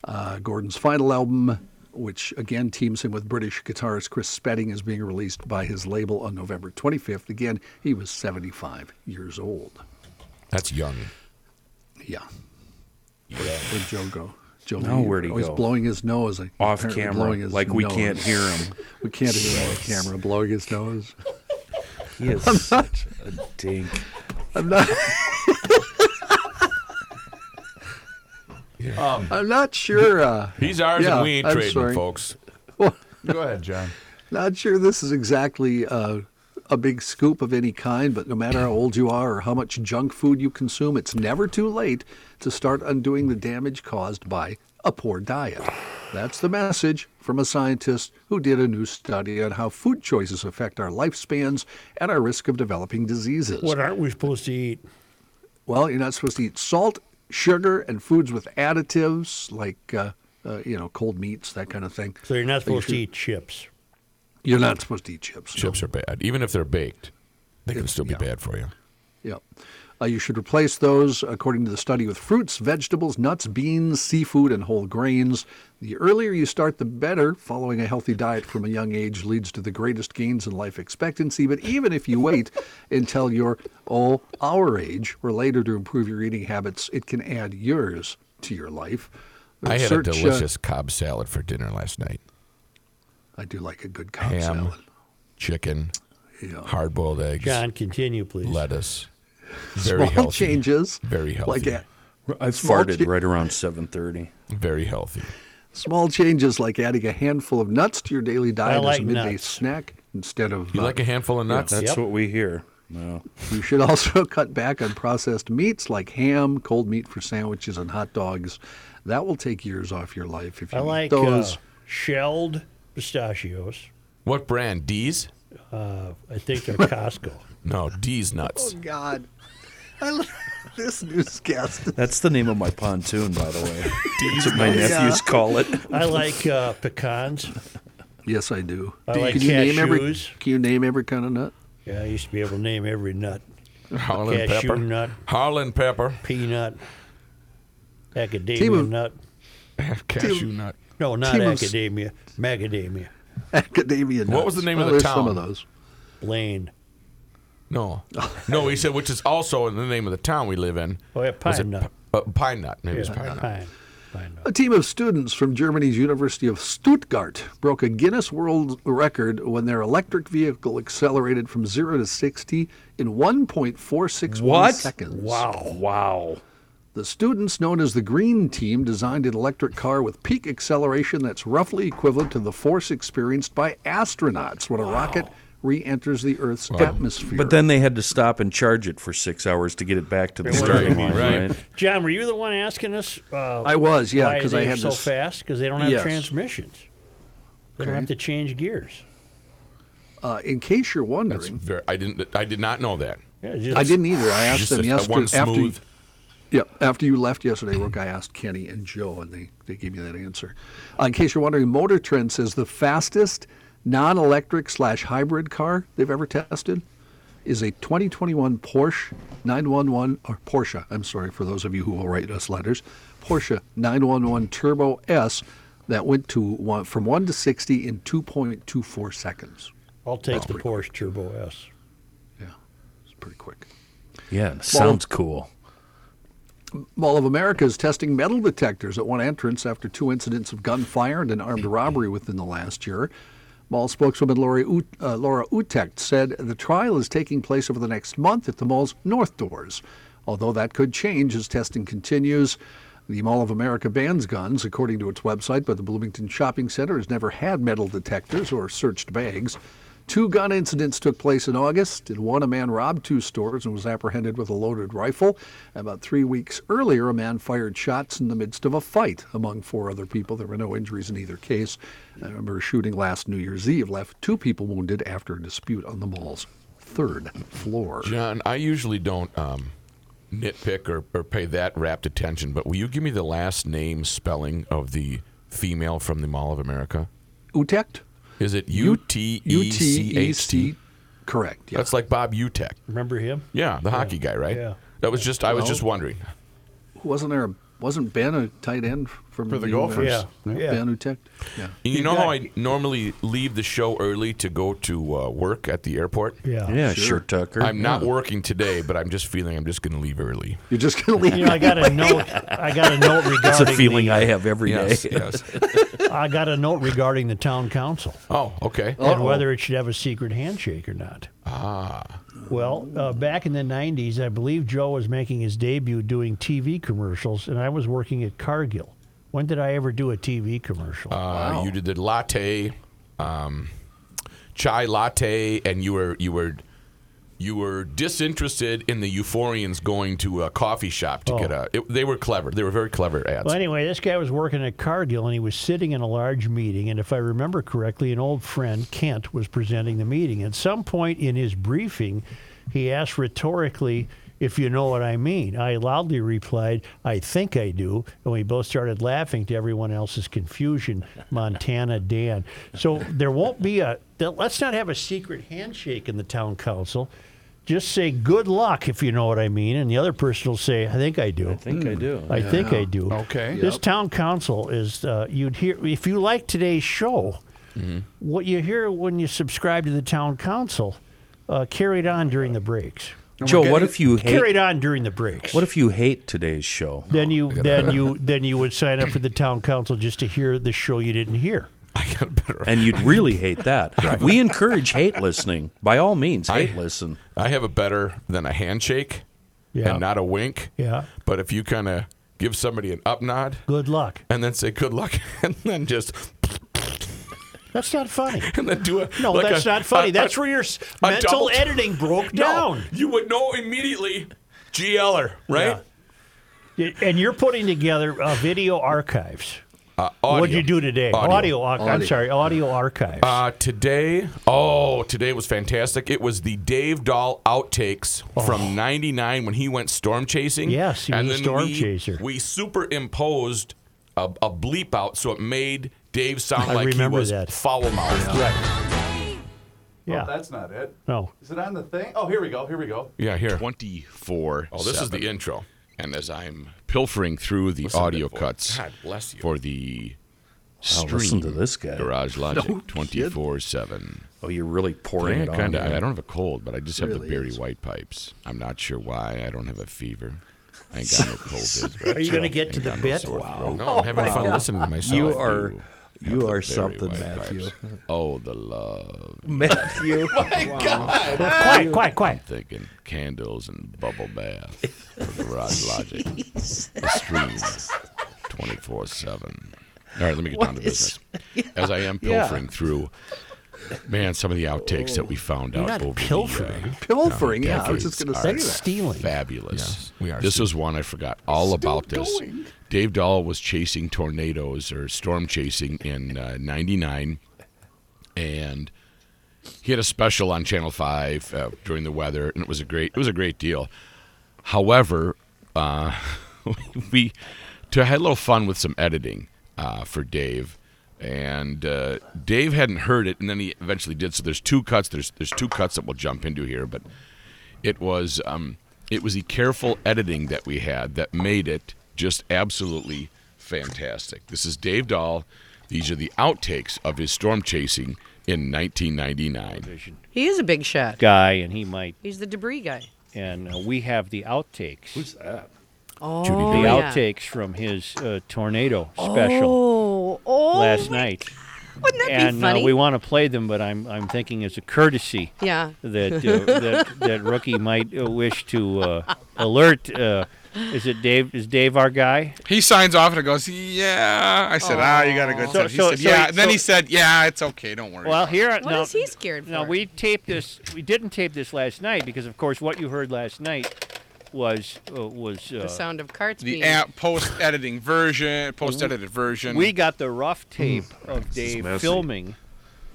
F: Uh, Gordon's final album, which again teams him with British guitarist Chris Spedding, is being released by his label on November 25th. Again, he was 75 years old.
D: That's young.
F: Yeah. Where'd Joe go? Joe
E: Now
F: Lee,
E: where'd he
F: always
E: go?
F: blowing his nose. Like,
E: Off
F: apparently
E: camera,
F: blowing his
E: like we
F: nose.
E: can't hear him.
F: We can't hear him on
E: Yes.
F: camera blowing his nose.
E: He is
F: I'm
E: such a dink.
F: I'm not. I'm not sure. Uh,
D: He's ours
F: yeah,
D: and we ain't
F: I'm
D: trading,
F: sorry.
D: folks.
F: Well,
B: Go ahead, John.
F: Not sure this is exactly uh, a big scoop of any kind, but no matter how old you are or how much junk food you consume, it's never too late to start undoing the damage caused by a poor diet. That's the message from a scientist who did a new study on how food choices affect our lifespans and our risk of developing diseases.
A: What aren't we supposed to eat?
F: Well, you're not supposed to eat salt, sugar, and foods with additives like, uh, uh, you know, cold meats, that kind of thing.
A: So you're not
F: But you
A: supposed to
F: should-
A: eat chips.
F: You're not supposed to eat chips.
D: Chips are bad. Even if they're baked, they can still be bad for you.
F: Yeah. Uh, you should replace those, according to the study, with fruits, vegetables, nuts, beans, seafood, and whole grains. The earlier you start, the better. Following a healthy diet from a young age leads to the greatest gains in life expectancy. But even if you wait until you're, oh, our age or later to improve your eating habits, it can add years to your life.
D: I had
F: Search,
D: a
F: uh,
D: delicious cob salad for dinner last night.
F: I do like a good cob
D: Ham,
F: salad.
D: chicken,
F: Yeah.
D: hard-boiled eggs,
A: John, continue, please.
D: lettuce. Very
F: Small
D: healthy.
F: changes.
D: Very healthy.
F: Like a,
E: I
F: Small
E: farted
F: chi-
E: right around 7:30.
D: Very healthy.
F: Small changes like adding a handful of nuts to your daily diet as
E: like
F: a midday
E: nuts.
F: snack instead of.
D: You
F: uh,
D: like a handful of nuts?
E: That's
D: Yep.
E: what we hear. No.
F: You should also cut back on processed meats like ham, cold meat for sandwiches, and hot dogs. That will take years off your life if you
A: I
F: eat
A: like uh,
F: those.
A: shelled pistachios.
D: What brand? D's?
A: Uh, I think they're Costco.
D: No, D's nuts.
F: God, I love this newscast.
E: That's the name of my pontoon, by the way. That's what my
F: Yeah.
E: nephews call it.
A: I like uh, pecans.
F: Yes, I do.
A: I like
F: can you name every?
A: cashews.
F: Can you name every kind of nut?
A: Yeah, I used to be able to name every nut.
D: Harlan
A: Cashew
D: pepper.
A: nut,
D: Harlan pepper.
A: peanut, academia
F: Team of-
A: nut.
D: Cashew nut.
A: No, not
F: team of s-
A: academia. Macadamia.
F: Academia.
D: What was
F: nuts.
D: the name
F: Well,
D: of the
F: there's
D: town?
F: Some of those.
A: Blaine.
D: No. No, he said, which is also in the name of the town we live in.
A: Oh, yeah,
D: Was
A: pine
D: it
A: nut.
D: P- uh, pine Nut. Maybe it's
A: Yeah,
D: Pine Nut.
A: pine.
F: A team of students from Germany's University of Stuttgart broke a Guinness World Record when their electric vehicle accelerated from 0 to 60 in 1.461
E: What?
F: seconds.
E: Wow. Wow.
F: The students, known as the Green Team, designed an electric car with peak acceleration that's roughly equivalent to the force experienced by astronauts when a rocket re enters the Earth's atmosphere.
E: But then they had to stop and charge it for six hours to get it back to the starting line, right?
A: John, were you the one asking us? Uh,
F: I was, yeah,
A: why
F: 'cause I
A: they are
F: had
A: so
F: this-
A: fast because they don't have
F: Yes.
A: transmissions. They don't
F: Okay.
A: have to change gears.
F: uh, in case you're
D: That's
F: wondering,
D: very, I didn't. I did not know that.
A: Yeah, just,
F: I didn't either. I asked
D: Just
F: them
D: a- a
F: yesterday.
D: one
F: after,
D: smooth-
F: yeah, after you left yesterday, Rook, I asked Kenny and Joe, and they, they gave me that answer. Uh, in case you're wondering, Motor Trend says the fastest non electric slash hybrid car they've ever tested is a 2021 Porsche 911, or Porsche, I'm sorry for those of you who will write us letters, Porsche 911 Turbo S that went to one, from 1 to 60 in 2.24 seconds.
A: I'll take the Porsche Turbo S.
E: Yeah,
F: Well-
E: sounds cool.
F: Mall of America is testing metal detectors at one entrance after two incidents of gunfire and an armed robbery within the last year. Mall spokeswoman Lori Ut- uh, Laura Utecht said the trial is taking place over the next month at the mall's north doors, although that could change as testing continues. The Mall of America bans guns, according to its website, but the Bloomington Shopping Center has never had metal detectors or searched bags. Two gun incidents took place in August. In one, a man robbed two stores and was apprehended with a loaded rifle. About three weeks earlier, a man fired shots in the midst of a fight among four other people. There were no injuries in either case. I remember a shooting last New Year's Eve left two people wounded after a dispute on the mall's third floor.
D: John, I usually don't um, nitpick or, or pay that rapt attention, but will you give me the last name spelling of the female from the Mall of America?
F: Utect?
D: Is it U T E C H T?
F: Correct.
D: That's like Bob Utech.
A: Remember him?
D: Yeah, the hockey guy, right?
A: Yeah.
D: That was just I was
F: Well,
D: just wondering.
F: Wasn't there? A, wasn't Ben a tight end from
D: For the Gophers. Yeah, yeah.
F: Ben Utecht. Yeah.
D: You, know how I normally leave the show early to go to uh, work at the airport?
A: Yeah.
E: Yeah, sure, Tucker.
D: I'm not
E: Yeah.
D: working today, but I'm just feeling I'm just going to leave early.
F: You're just gonna leave.
A: You know, I got a note. I got a note regarding.
E: That's a feeling
A: the,
E: I have every day.
D: Yes, yes.
A: I got a note regarding the town council
D: Oh, okay.
A: and whether it should have a secret handshake or not.
D: Ah.
A: Well, uh, back in the 90s, I believe Joe was making his debut doing TV commercials, and I was working at Cargill. When did I ever do a TV commercial?
D: Uh, You did the latte, um, chai latte, and you were you were you were disinterested in the Euphorians going to a coffee shop to get a. It, they were clever. They were very clever ads.
A: Oh. Well, anyway, this guy was working at Cargill and he was sitting in a large meeting. And if I remember correctly, an old friend, Kent, was presenting the meeting. At some point in his briefing, he asked rhetorically, if you know what I mean. I loudly replied, I think I do. And we both started laughing to everyone else's confusion. Montana Dan. So there won't be a, th- let's not have a secret handshake in the town council. Just say good luck if you know what I mean, and the other person will say, "I think I do." I
E: think I do.
A: Hmm. I think I
E: Yeah.
A: do.
E: Okay.
A: This
E: Yep.
A: town council is uh, you'd hear if you like today's show.
E: Mm-hmm.
A: What you hear when you subscribe to the town council uh, carried on during the breaks.
E: Joe, what if you hate-
A: carried on during the breaks?
E: What if you hate today's show?
A: Then you
E: I gotta-
A: then you then you would sign up for the town council just to hear the show you didn't hear.
E: And you'd really hate that. We encourage hate listening. By all means,
D: I-
E: hate listen.
D: I have a better than a handshake,
A: Yeah.
D: and not a wink.
A: Yeah.
D: But if you kind of give somebody an up nod,
A: good luck,
D: and then say good luck, and then just
A: That's not funny.
D: and then do a
A: No,
D: like
A: that's
D: a-
A: not funny.
D: a-
A: that's
D: a-
A: where your s-
D: a
A: mental
D: double-
A: editing broke
D: No,
A: down.
D: you would know immediately. GLer, right?
A: Y- And you're putting together uh, video archives.
D: Uh,
A: What'd
D: audio.
A: you do today? Audio, arch- I'm
D: Audio.
A: sorry, audio archive.
D: Uh, today, oh, today was fantastic. It was the Dave Dahl outtakes from '99 when he went storm chasing.
A: Oh. Yes, he
D: and
A: was a
D: then
A: storm
D: we,
A: chaser.
D: We superimposed a, a bleep out, so it made Dave
A: I
D: sound like he
A: remember
D: was
A: that.
D: foul mouthed.
A: Yeah.
B: Oh, that's not it.
A: No.
B: Is it on the thing? Oh, here we go. Here we go.
D: Yeah, here.
P: 24.
D: Oh, this is the
P: intro. And as I'm pilfering through the
D: Listen to
P: audio
D: that voice.
P: cuts
D: God bless you.
P: for the
E: Wow,
P: stream,
E: listen to this guy.
P: Garage Logic
E: No
P: 24 7.
E: Oh, you're really pouring it on
P: Kinda, I
E: here.
P: I don't have a cold, but I just have
E: Really
P: the Barry
E: is.
P: White pipes. I'm not sure why. I don't have a fever. I ain't got no COVID.
A: Are you gonna get to
P: Ain't
A: the
P: got no
A: bit?
P: sore
A: Wow.
P: throat. No,
A: Oh
P: I'm having
A: my
P: fun
A: God.
P: listening to myself.
E: You are-
P: do
E: you
P: have the
E: are
P: Barry
E: something,
P: White
E: Matthew.
P: pipes. Oh, the love.
E: Matthew. My Wow. God.
A: Quiet, quiet, quiet.
P: I'm thinking candles and bubble bath for Garage Logic. The stream 24 7. All right, let me get
E: What
P: down to
E: is-
P: business. As I am
E: Yeah.
P: pilfering through, man, some of the outtakes that we found
A: You're
P: out
A: not
P: over
A: pilfering.
P: The, uh,
F: Pilfering,
P: no,
F: yeah, I was
P: outtakes
F: just gonna
P: are
F: say that.
A: Stealing.
P: Fabulous.
D: we are
P: This was one I forgot all about this. Dave Dahl was chasing tornadoes or storm chasing in uh, 99 and he had a special on Channel Five uh, during the weather, and it was a great it was a great deal. However, uh, we to had a little fun with some editing uh, for Dave, and uh, Dave hadn't heard it, and then he eventually did. So there's two cuts. There's there's two cuts that we'll jump into here, but it was um, it was the careful editing that we had that made it just absolutely fantastic. This is Dave Dahl. These are the outtakes of his storm chasing in 1999.
Q: He is a big shot.
A: guy, and he might.
Q: He's the debris guy.
A: And uh, we have the outtakes. Who's that?
Q: Oh,
A: the
Q: yeah.
A: outtakes from his uh, tornado special
Q: Oh, oh
A: last
Q: my-
A: night.
Q: Wouldn't that
A: and
Q: be
A: Uh,
Q: funny?
A: we want to play them, but I'm I'm thinking as a courtesy.
Q: Yeah.
A: That uh, that that rookie might uh, wish to uh, alert. Uh, is it Dave? Is Dave our guy?
R: He signs off and goes, "Yeah." I said, "Ah, you got a good
A: So-
R: set." He
A: so-
R: said,
A: so-
R: "Yeah." and then he
A: so-
R: said, "Yeah, it's okay. Don't worry."
A: Well,
R: about it."
A: here
Q: What
A: now,
Q: is he scared
A: Now
Q: for?
A: we taped this. We didn't tape this last night because, of course, what you heard last night was uh, was uh,
Q: the sound of carts
R: the
Q: being.
R: app post editing version, post edited version.
A: We got the rough tape of
R: Hmm. is
A: Dave
R: messy.
A: filming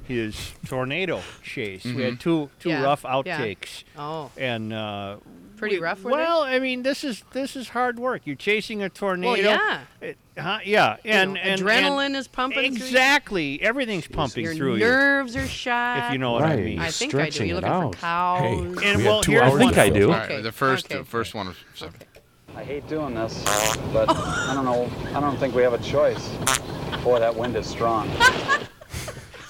A: his tornado chase. We had
R: Mhm.
A: two two
Q: Yeah,
A: rough
Q: yeah.
A: outtakes.
Q: Oh.
A: And uh,
Q: Pretty
A: we-
Q: rough, were they?
A: Well, I mean, this is this is hard work. You're chasing a tornado.
Q: Well, yeah.
A: It- huh? Yeah.
Q: You know,
A: And, and
Q: adrenaline
A: and
Q: is pumping. through you.
A: Exactly. Everything's pumping
Q: Your
A: through you.
Q: nerves are shot.
A: If you know what I Right, mean.
Q: I think I do.
A: stretching
Q: You're
A: it
Q: looking
A: out.
Q: for cows.
A: And well, here's one-
R: All right, the first, the first one. was-
S: I hate doing this, but I don't know. I don't think we have a choice. Boy, that wind is strong.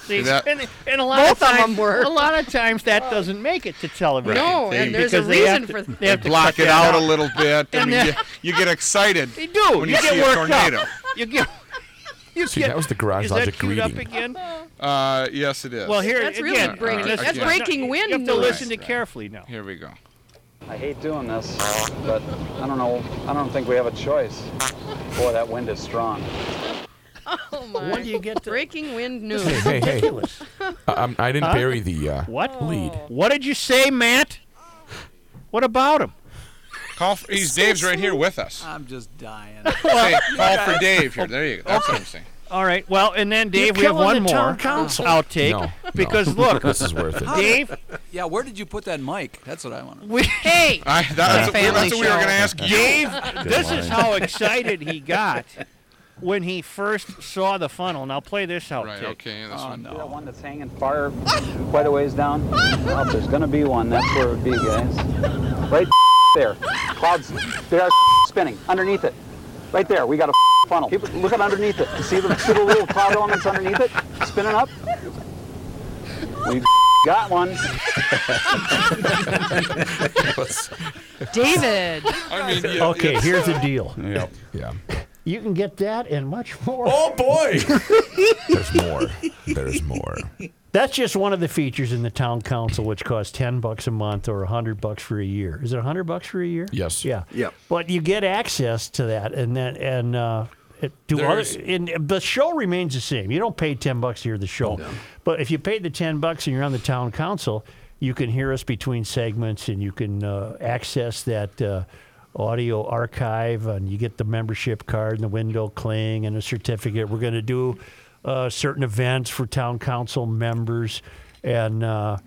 A: See,
S: that-
A: and, and a lot
Q: Both
A: of
Q: of 'em
A: times,
Q: were.
A: a lot of times that doesn't make it to television.
Q: No, Oh, and there's a
A: because they have
Q: reason
A: to-
Q: for that.
A: they have to
R: block
A: cut
R: it out
A: that
R: a little bit. I mean,
A: And then-
R: you, you get excited.
A: They do.
R: when
A: you,
R: you,
A: get
R: see a
A: worked
R: tornado.
A: Up. You get. You
D: See,
A: get,
D: that was the garage
A: is
D: logic
A: that queued up
D: greeting.
A: again?
R: Uh, yes, it is.
A: Well, here
Q: That's really
A: again.
Q: breaking-
A: listen-
Q: that's
A: no,
Q: breaking wind
A: You have to
Q: noise.
A: listen to carefully now.
R: Here we go.
S: I hate doing this, but I don't know. I don't think we have a choice. Boy, that wind is strong.
Q: Oh my!
A: When do you get to
Q: breaking wind news?
D: hey, hey. Ridiculous. I, I'm- I didn't
A: Huh?
D: bury the uh,
A: What
D: lead.
A: What did you say, Matt? What about him?
R: Call for, he's Dave's right here with us. I'm just dying.
A: Well-
R: call for Dave here. There you go. That's what I'm saying.
A: All right. Well, and then Dave, we have
T: killing
A: one
T: the
A: more
T: town council.
A: outtake
T: No, no.
A: because look,
T: This is worth it.
A: Dave,
T: Yeah, where did you put that mic? That's what I want to know.
A: we, hey,
R: I, that's, what, we-
T: family
R: that's what we were
T: show.
R: going to ask you.
A: Dave,
T: Good
A: this is
T: line.
A: how excited he got when he first saw the funnel. Now play this outtake. Right,
R: okay,
A: this
F: Oh,
A: one.
S: Is there one that's hanging far, quite a ways down? Well, if there's gonna be one, that's where it would be, guys. Right there. Clouds, they are spinning underneath it. Right there, we got a funnel. Keep, look at underneath it. See the, see the little cloud elements underneath it, spinning up. We got one.
Q: David.
A: okay, here's the deal.
B: Yep.
D: Yeah.
A: You can get that and much more.
D: Oh boy! There's more. There's more.
A: That's just one of the features in the town council, which costs ten bucks a month or hundred bucks for a year. Is it hundred bucks for a year?
D: Yes.
A: Yeah. Yeah. But you get access to that, and then and uh, it, do others.
D: There's-
A: And the show remains the same. You don't pay ten bucks to hear the show, but if you paid the ten bucks and you're on the town council, you can hear us between segments, and you can uh, access that. Uh, Audio archive, and you get the membership card and the window cling and a certificate. We're going to do uh, certain events for town council members. And uh,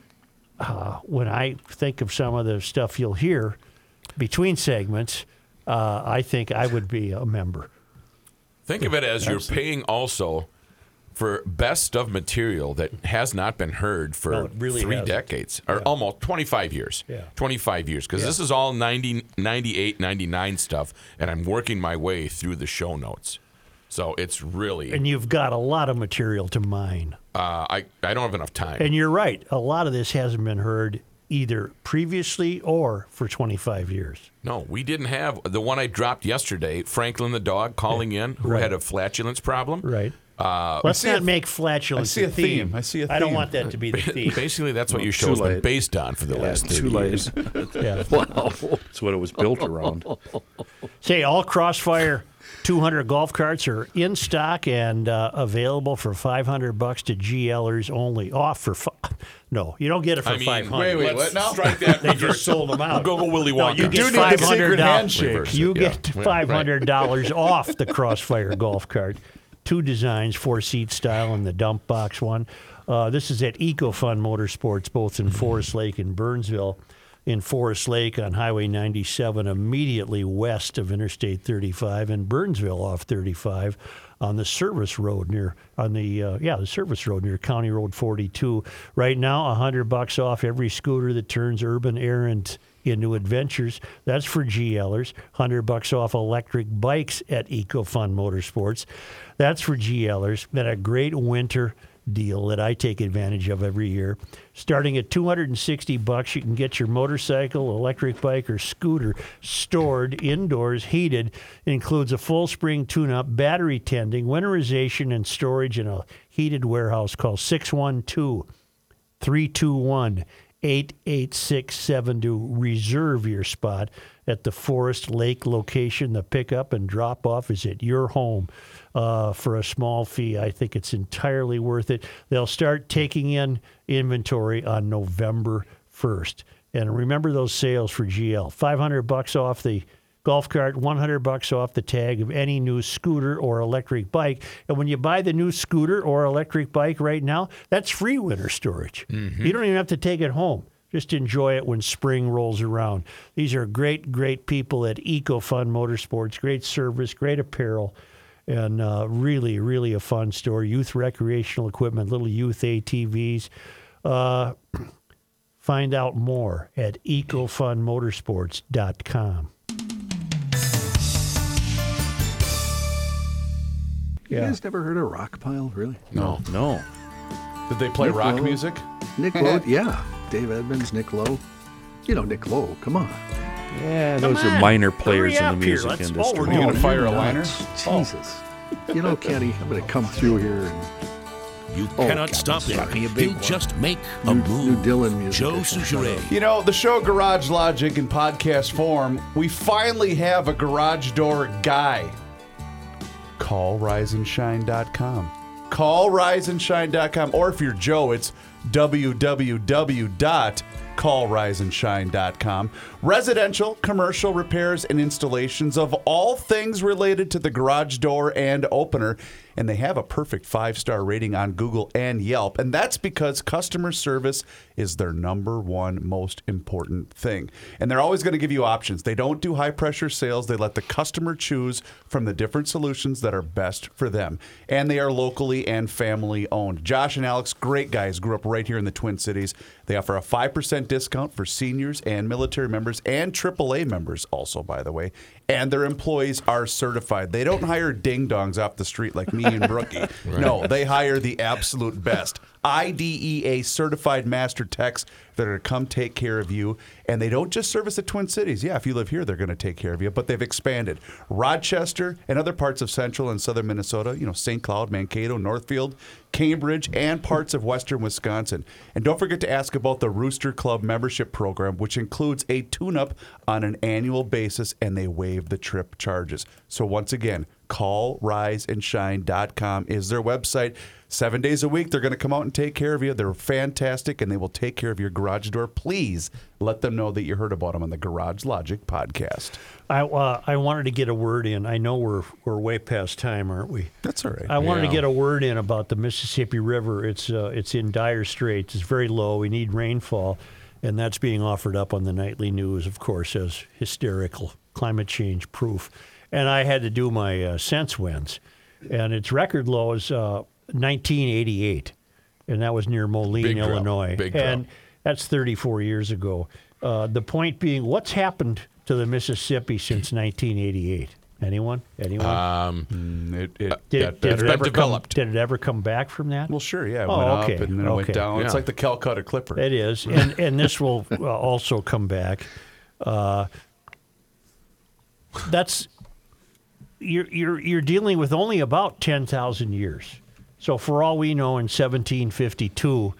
A: uh, when I think of some of the stuff you'll hear between segments, uh, I think I would be a member.
D: Think of it as you're paying also for best of material that has not been heard for
A: No, it really
D: 3
A: hasn't.
D: decades or almost 25 years.
A: Yeah.
D: 25 years cuz
A: Yeah.
D: this is all 90 98 99 stuff and I'm working my way through the show notes. So it's really
A: And you've got a lot of material to mine.
D: uh, I I don't have enough time.
A: And you're right, a lot of this hasn't been heard either previously or for 25 years.
D: No, we didn't have the one I dropped yesterday. Franklin the dog calling in, who
A: Right.
D: had a flatulence problem.
A: Right.
D: Uh,
A: Let's not make flatulence
B: I see a theme.
A: theme.
B: I see a
A: I don't
B: theme.
A: want that to be the theme.
D: Basically, that's what
E: Well,
D: your
E: too
D: show's been
E: late.
D: based on for the
E: Yeah,
D: last 30
E: too late.
D: years.
A: Yeah.
E: Wow. That's what it was built around.
A: Say all Crossfire 200 golf carts are in stock and uh, available for 500 bucks to GLers only. Off for fi- no, you don't get it for
D: I mean,
A: 500.
D: wait, wait, what now? Strike that.
A: They just sold them out.
D: We'll go with Willy
A: No,
D: Wonka.
A: you
D: Do
A: get
D: need the
A: five hundred
D: secret
A: dollars.
D: handshake. Reverse it,
A: You
D: yeah.
A: get
D: Yeah, right.
A: five hundred dollars off the Crossfire golf cart. Two designs, four seat style, and the dump box one. Uh, this is at EcoFun Motorsports, both
D: Mm-hmm.
A: in Forest Lake and Burnsville. In Forest Lake on Highway 97, immediately west of Interstate 35, and Burnsville off 35 on the service road near on the uh, yeah the service road near County Road 42. Right now, hundred bucks off every scooter that turns urban errand into adventures. That's for GLers. 100 bucks off electric bikes at EcoFun Motorsports. That's for GLers. Been a great winter deal that I take advantage of every year. Starting at 260 bucks, you can get your motorcycle, electric bike, or scooter stored indoors, heated. It includes a full spring tune-up, battery tending, winterization, and storage in a heated warehouse. Call 612 321 8867 to reserve your spot at the Forest Lake location. The pickup and drop off is at your home uh, for a small fee. I think it's entirely worth it. They'll start taking in inventory on November 1st. And remember those sales for GL 500 bucks off the golf cart, 100 bucks off the tag of any new scooter or electric bike. And when you buy the new scooter or electric bike right now, that's free winter storage. You don't even have to take it home. Just enjoy it when spring rolls around. These are great, great people at EcoFun Motorsports. Great service, great apparel, and uh, really, really a fun store. Youth recreational equipment, little youth ATVs. Uh, find out more at EcoFunMotorsports.com.
F: You
A: Yeah.
F: guys never heard of Rock Pile, really?
D: No.
E: No.
B: Did they play
F: Nick
B: rock
F: Lowe.
B: music?
F: Nick Lowe, yeah. Dave Edmonds, Nick Lowe. You know Nick Lowe. Come on.
E: Yeah, those are minor players in the music industry.
A: Oh.
F: Jesus. You know, Kenny, I'm going to come through here and. Oh,
U: You cannot stop
F: it.
U: him. He'll just make a
F: move. New Dylan music.
U: Joe Souchere.
B: You know, the show Garage Logic in podcast form, we finally have a garage door guy. Call riseandshine.com. Call riseandshine.com. Or if you're Joe, it's www.callriseandshine.com. Residential, commercial repairs, and installations of all things related to the garage door and opener. And they have a perfect five star rating on Google and Yelp. And that's because customer service is their number one most important thing. And they're always going to give you options. They don't do high pressure sales, they let the customer choose from the different solutions that are best for them. And they are locally and family owned. Josh and Alex, great guys, grew up right here in the Twin Cities. They offer a 5% discount for seniors and military members and AAA members, also, by the way. And their employees are certified. They don't hire ding dongs off the street like me and Brookie. No, they hire the absolute best. IDEA certified master techs that are to come take care of you. And they don't just service the Twin Cities. Yeah, if you live here, they're going to take care of you, but they've expanded. Rochester and other parts of central and southern Minnesota, you know, St. Cloud, Mankato, Northfield, Cambridge, and parts of western Wisconsin. And don't forget to ask about the Rooster Club membership program, which includes a tune up on an annual basis and they waive the trip charges. So, once again, callriseandshine.com is their website. Seven days a week, they're going to come out and take care of you. They're fantastic, and they will take care of your garage door. Please let them know that you heard about them on the Garage Logic podcast.
A: I, uh, I wanted to get a word in. I know we're we're way past time, aren't we?
B: That's all right.
A: I wanted
B: Yeah.
A: to get a word in about the Mississippi River. It's uh, it's in dire straits. It's very low. We need rainfall, and that's being offered up on the nightly news, of course, as hysterical climate change proof. And I had to do my uh, sense winds, and its record low is uh, 1988, and that was near Moline,
D: Big drop.
A: Illinois.
D: Big drop.
A: and that's 34 years ago. Uh, the point being, what's happened to the Mississippi since 1988? Anyone? Anyone?
D: Uh,
B: Um, it, it,
A: did,
B: got
A: did
B: better.
A: it
B: It's
A: ever
B: been
A: come, Did it ever come back from that?
B: Well, sure, yeah. It
A: Oh,
B: went
A: okay.
B: up and then it went
A: okay.
B: down. It's like the Calcutta Clipper.
A: It is, and and this will uh, also come back. Uh, that's you're you're you're dealing with only about ten thousand years. So for all we know, in 1752,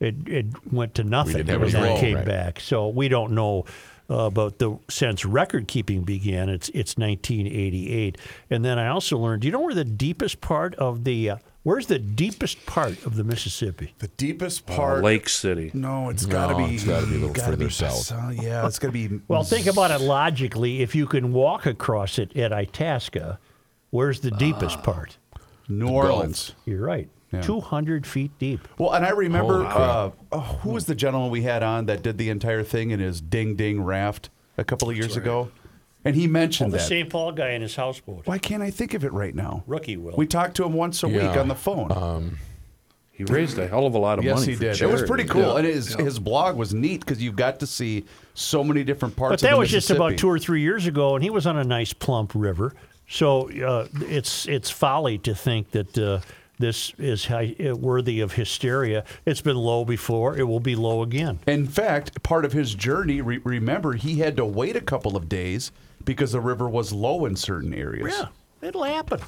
A: it it went to nothing
D: didn't have
A: and
D: any
A: then
D: rain,
A: came
D: right.
A: back. So we don't know. Uh, but the since record keeping began, it's it's 1988, and then I also learned. Do you know where the deepest part of the uh, where's the deepest part of the Mississippi?
B: The deepest
E: Uh, Lake City.
B: No, it's
A: No,
B: gotta
A: it's gotta be a little
B: gotta
A: further
B: be-
A: south.
B: uh, yeah, it's got to be.
A: Well, think about it logically. If you can walk across it at Itasca, where's the deepest part?
B: New Orleans.
A: You're right.
B: Ah. Yeah.
A: 200 feet deep.
B: Well, and I remember
A: Holy crap.
B: uh, oh, who was the gentleman we had on that did the entire thing in his ding ding raft a couple of years ago, and he
A: Oh,
B: mentioned
A: the
B: that.
A: St. Paul guy in his houseboat.
B: Why can't I think of it right now?
A: Rookie will.
B: We talk to him once a
A: Yeah. Uh,
B: week on the phone.
E: He raised a hell of a lot of
B: yes,
E: money.
B: he
E: for
B: did. It was
E: charity.
B: pretty cool, and his
E: Yeah.
B: his blog was neat because you got to see so many different parts.
A: But that
B: of the
A: was just about
B: Mississippi.
A: two or three years ago, and he was on a nice plump river. So uh, it's it's folly to think that uh, this is high, uh, worthy of hysteria. It's been low before; it will be low again.
B: In fact, part of his journey, re- remember, he had to wait a couple of days because the river was low in certain areas. Yeah.
A: It'll happen.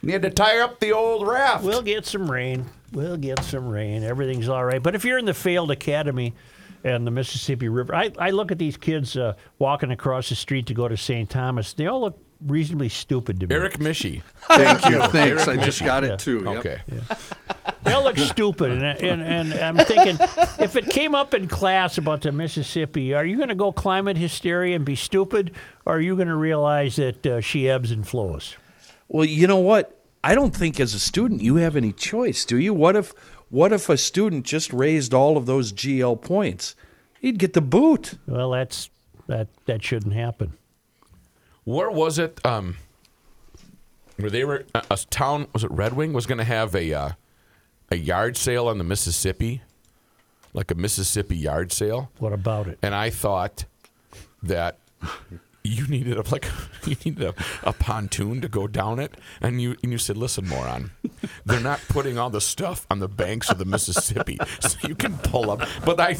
B: And he had to tire up the old raft.
A: We'll get some rain. We'll get some rain. Everything's all right. But if you're in the failed academy and the Mississippi River, I, I look at these kids uh, walking across the street to go to St. Thomas. They all look reasonably stupid to me.
D: Eric Mishy.
A: Thank
F: you. Thanks. I just got it
A: Yeah.
F: too. Yep.
D: Okay.
A: They all look stupid, and, and and I'm thinking, if it came up in class about the Mississippi, are you going to go climate hysteria and be stupid, or are you going to realize that uh, she ebbs and flows?
E: Well, you know what? I don't think as a student you have any choice, do you? What if what if a student just raised all of those GL points? He'd get the boot.
A: Well, that's that that shouldn't happen.
D: Where was it? Um, where they were a, a town was it Red Wing was going to have a uh, a yard sale on the Mississippi, like a Mississippi yard sale.
A: What about it?
D: And I thought that you needed a like you needed a, a pontoon to go down it, and you and you said, "Listen, moron, they're not putting all the stuff on the banks of the Mississippi, so you can pull up." But I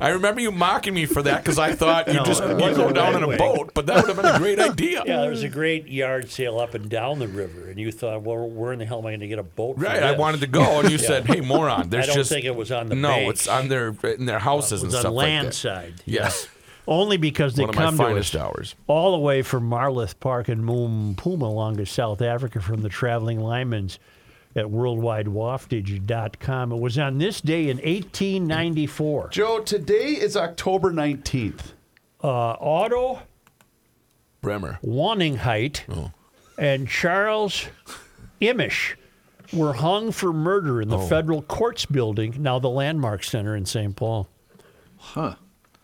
D: I remember you mocking me for that because I thought you
A: No,
D: just
A: that
D: you
A: wasn't
D: go down
A: Red
D: in a
A: Wing.
D: boat, but that would have been a great idea.
A: Yeah, there was a great yard sale up and down the river, and you thought, well, where in the hell am I going to get a boat? for
D: Right, I
A: this?
D: wanted to go, and you
A: Yeah.
D: said, "Hey, moron!" There's
A: I don't
D: just
A: think it was on the
D: no,
A: bank.
D: it's on their in their houses
A: It
D: and
A: was on
D: stuff
A: land
D: like that.
A: side.
D: Yes,
A: Only because they
D: One of my
A: come
D: finest
A: to us
D: hours.
A: all the way from Marloth Park in Mumpuma along to South Africa from the traveling linemen's at worldwidewaftage.com. It was on this day in 1894.
B: Joe, today is October 19th.
A: Uh, Otto
D: Bremer.
A: Wanningheidt
E: Oh.
A: and Charles Imish were hung for murder in the
F: Oh.
A: federal courts building, now the Landmark Center in St. Paul.
E: Huh.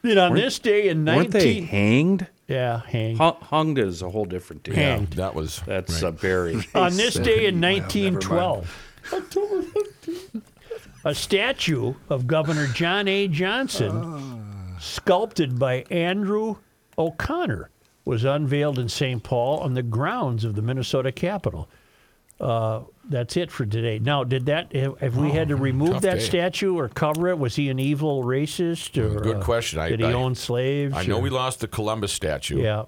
A: And on
E: Weren't-
A: this day in 19...
E: Weren't they hanged?
A: Yeah, hanged.
E: Hu- hunged is a whole different deal.
A: Hanged.
D: that was
E: that's uh, a buried.
A: on this day in
E: Well, never mind.
A: 1912. A statue of Governor John A. Johnson,
D: Ah.
A: sculpted by Andrew O'Connor, was unveiled in St. Paul on the grounds of the Minnesota Capitol. Uh, that's it for today. Now, did that have have we had to remove
D: Oh, hmm, tough
A: that
D: day. Hmm,
A: statue or cover it? Was he an evil racist? Or,
D: Good
A: uh,
D: question. I,
A: did he
D: I-
A: own slaves?
D: I know
A: or-
D: we lost the Columbus statue.
A: Yeah.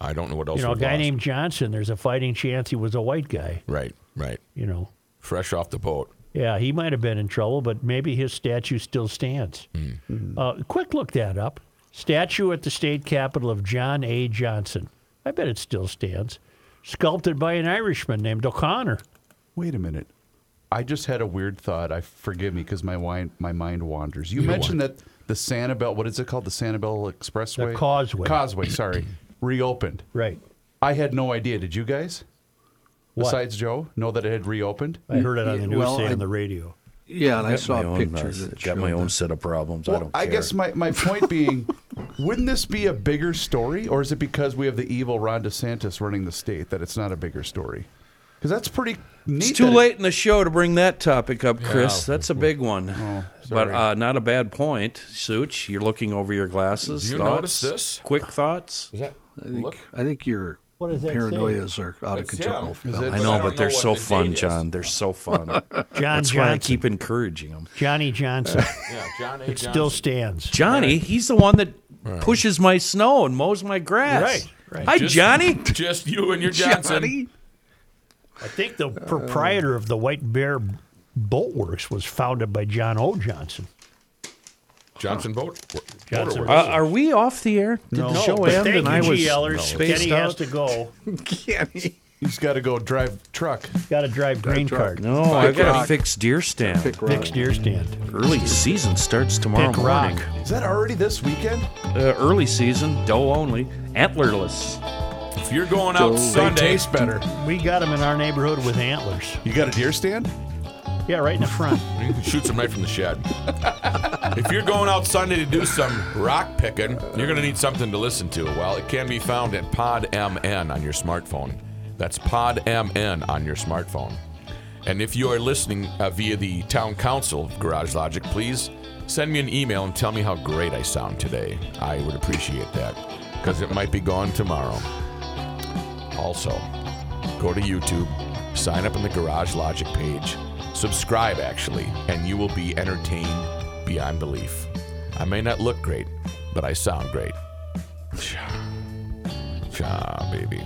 D: I don't know what else.
A: You know, a
D: we
A: guy
D: lost.
A: named Johnson. There's a fighting chance he was a white guy.
D: right, right.
A: You know,
D: fresh off the boat.
A: Yeah, he might have been in trouble, but maybe his statue still stands.
E: Hmm.
A: Uh, quick look that up. Statue at the state capitol of John A. Johnson. I bet it still stands. Sculpted by an Irishman named O'Connor.
B: Wait a minute. I just had a weird thought. I forgive me because my wine, my mind wanders. You
A: You're
B: mentioned that the Sanibel, what is it called? The Sanibel Expressway,
A: Causeway.
B: Causeway. Sorry, reopened.
A: Right.
B: I had no idea. Did you guys?
A: What?
B: Besides Joe, know that it had reopened.
A: I heard it on the news
B: Well,
A: today
B: I-
A: on the radio.
F: Yeah, and I
E: Got
F: saw
E: my own,
F: pictures
E: uh,
F: that
E: got
F: showed
E: my own
F: that.
E: set of problems. I
B: Well,
E: don't.
B: I,
E: Care.
B: guess my, my point being, wouldn't this be a bigger story, or is it because we have the evil Ron DeSantis running the state that it's not a bigger story? Because that's pretty neat.
E: It's too
B: that it-
E: late in the show to bring that topic up, Chris. Mm-hmm.
B: Yeah.
E: That's a big one. but
B: sorry.
E: uh, not a bad point, Such. You're looking over your glasses.
F: You
E: thoughts,
F: notice this?
E: Quick thoughts.
F: I think, I think your
A: What does that say?
F: paranoias are out of
E: It's
F: control.
E: him. Is it- I know, but they're so fun, John. They're so fun.
F: John
E: That's why I
A: Johnson.
E: keep encouraging them.
A: Johnny Johnson.
D: Yeah, John A.
A: It still stands.
E: Johnny, he's the one that pushes my snow and mows my grass.
A: Right, right.
E: Hi,
A: Just-
E: Johnny.
D: Just you and your
A: Johnson. I think the proprietor of the White Bear Boat Works was founded by John O. Johnson.
D: Johnson boat.
A: Johnson.
E: Uh, are we off the air? Did the show
A: but
E: end
A: thank
E: and
A: you,
E: I was
A: GLers.
E: spaced
A: Kenny
E: out?
A: has to go.
F: Kenny.
B: He's got to go drive truck.
A: Got to drive green card.
E: No, I've got to fix deer stand.
A: Pick rock. Fix deer stand.
E: Early season starts tomorrow
A: Pick rock.
E: morning.
B: Is that already this weekend?
E: Uh, early season, doe only, antlerless.
D: If you're going
E: out Sunday-
B: taste better.
A: We got them in our neighborhood with antlers.
B: You got a deer stand?
A: Yeah, right in the front.
D: You can shoot some right from the shed. if you're going out Sunday to do some rock picking, you're going to need something to listen to. Well, it can be found at PodMN on your smartphone. That's PodMN on your smartphone. And if you are listening uh, via the town council of Garage Logic, please send me an email and tell me how great I sound today. I would appreciate that because it might be gone tomorrow. Also, go to YouTube, sign up on the Garage Logic page, subscribe actually, and you will be entertained beyond belief. I may not look great, but I sound great. Cha, cha, baby.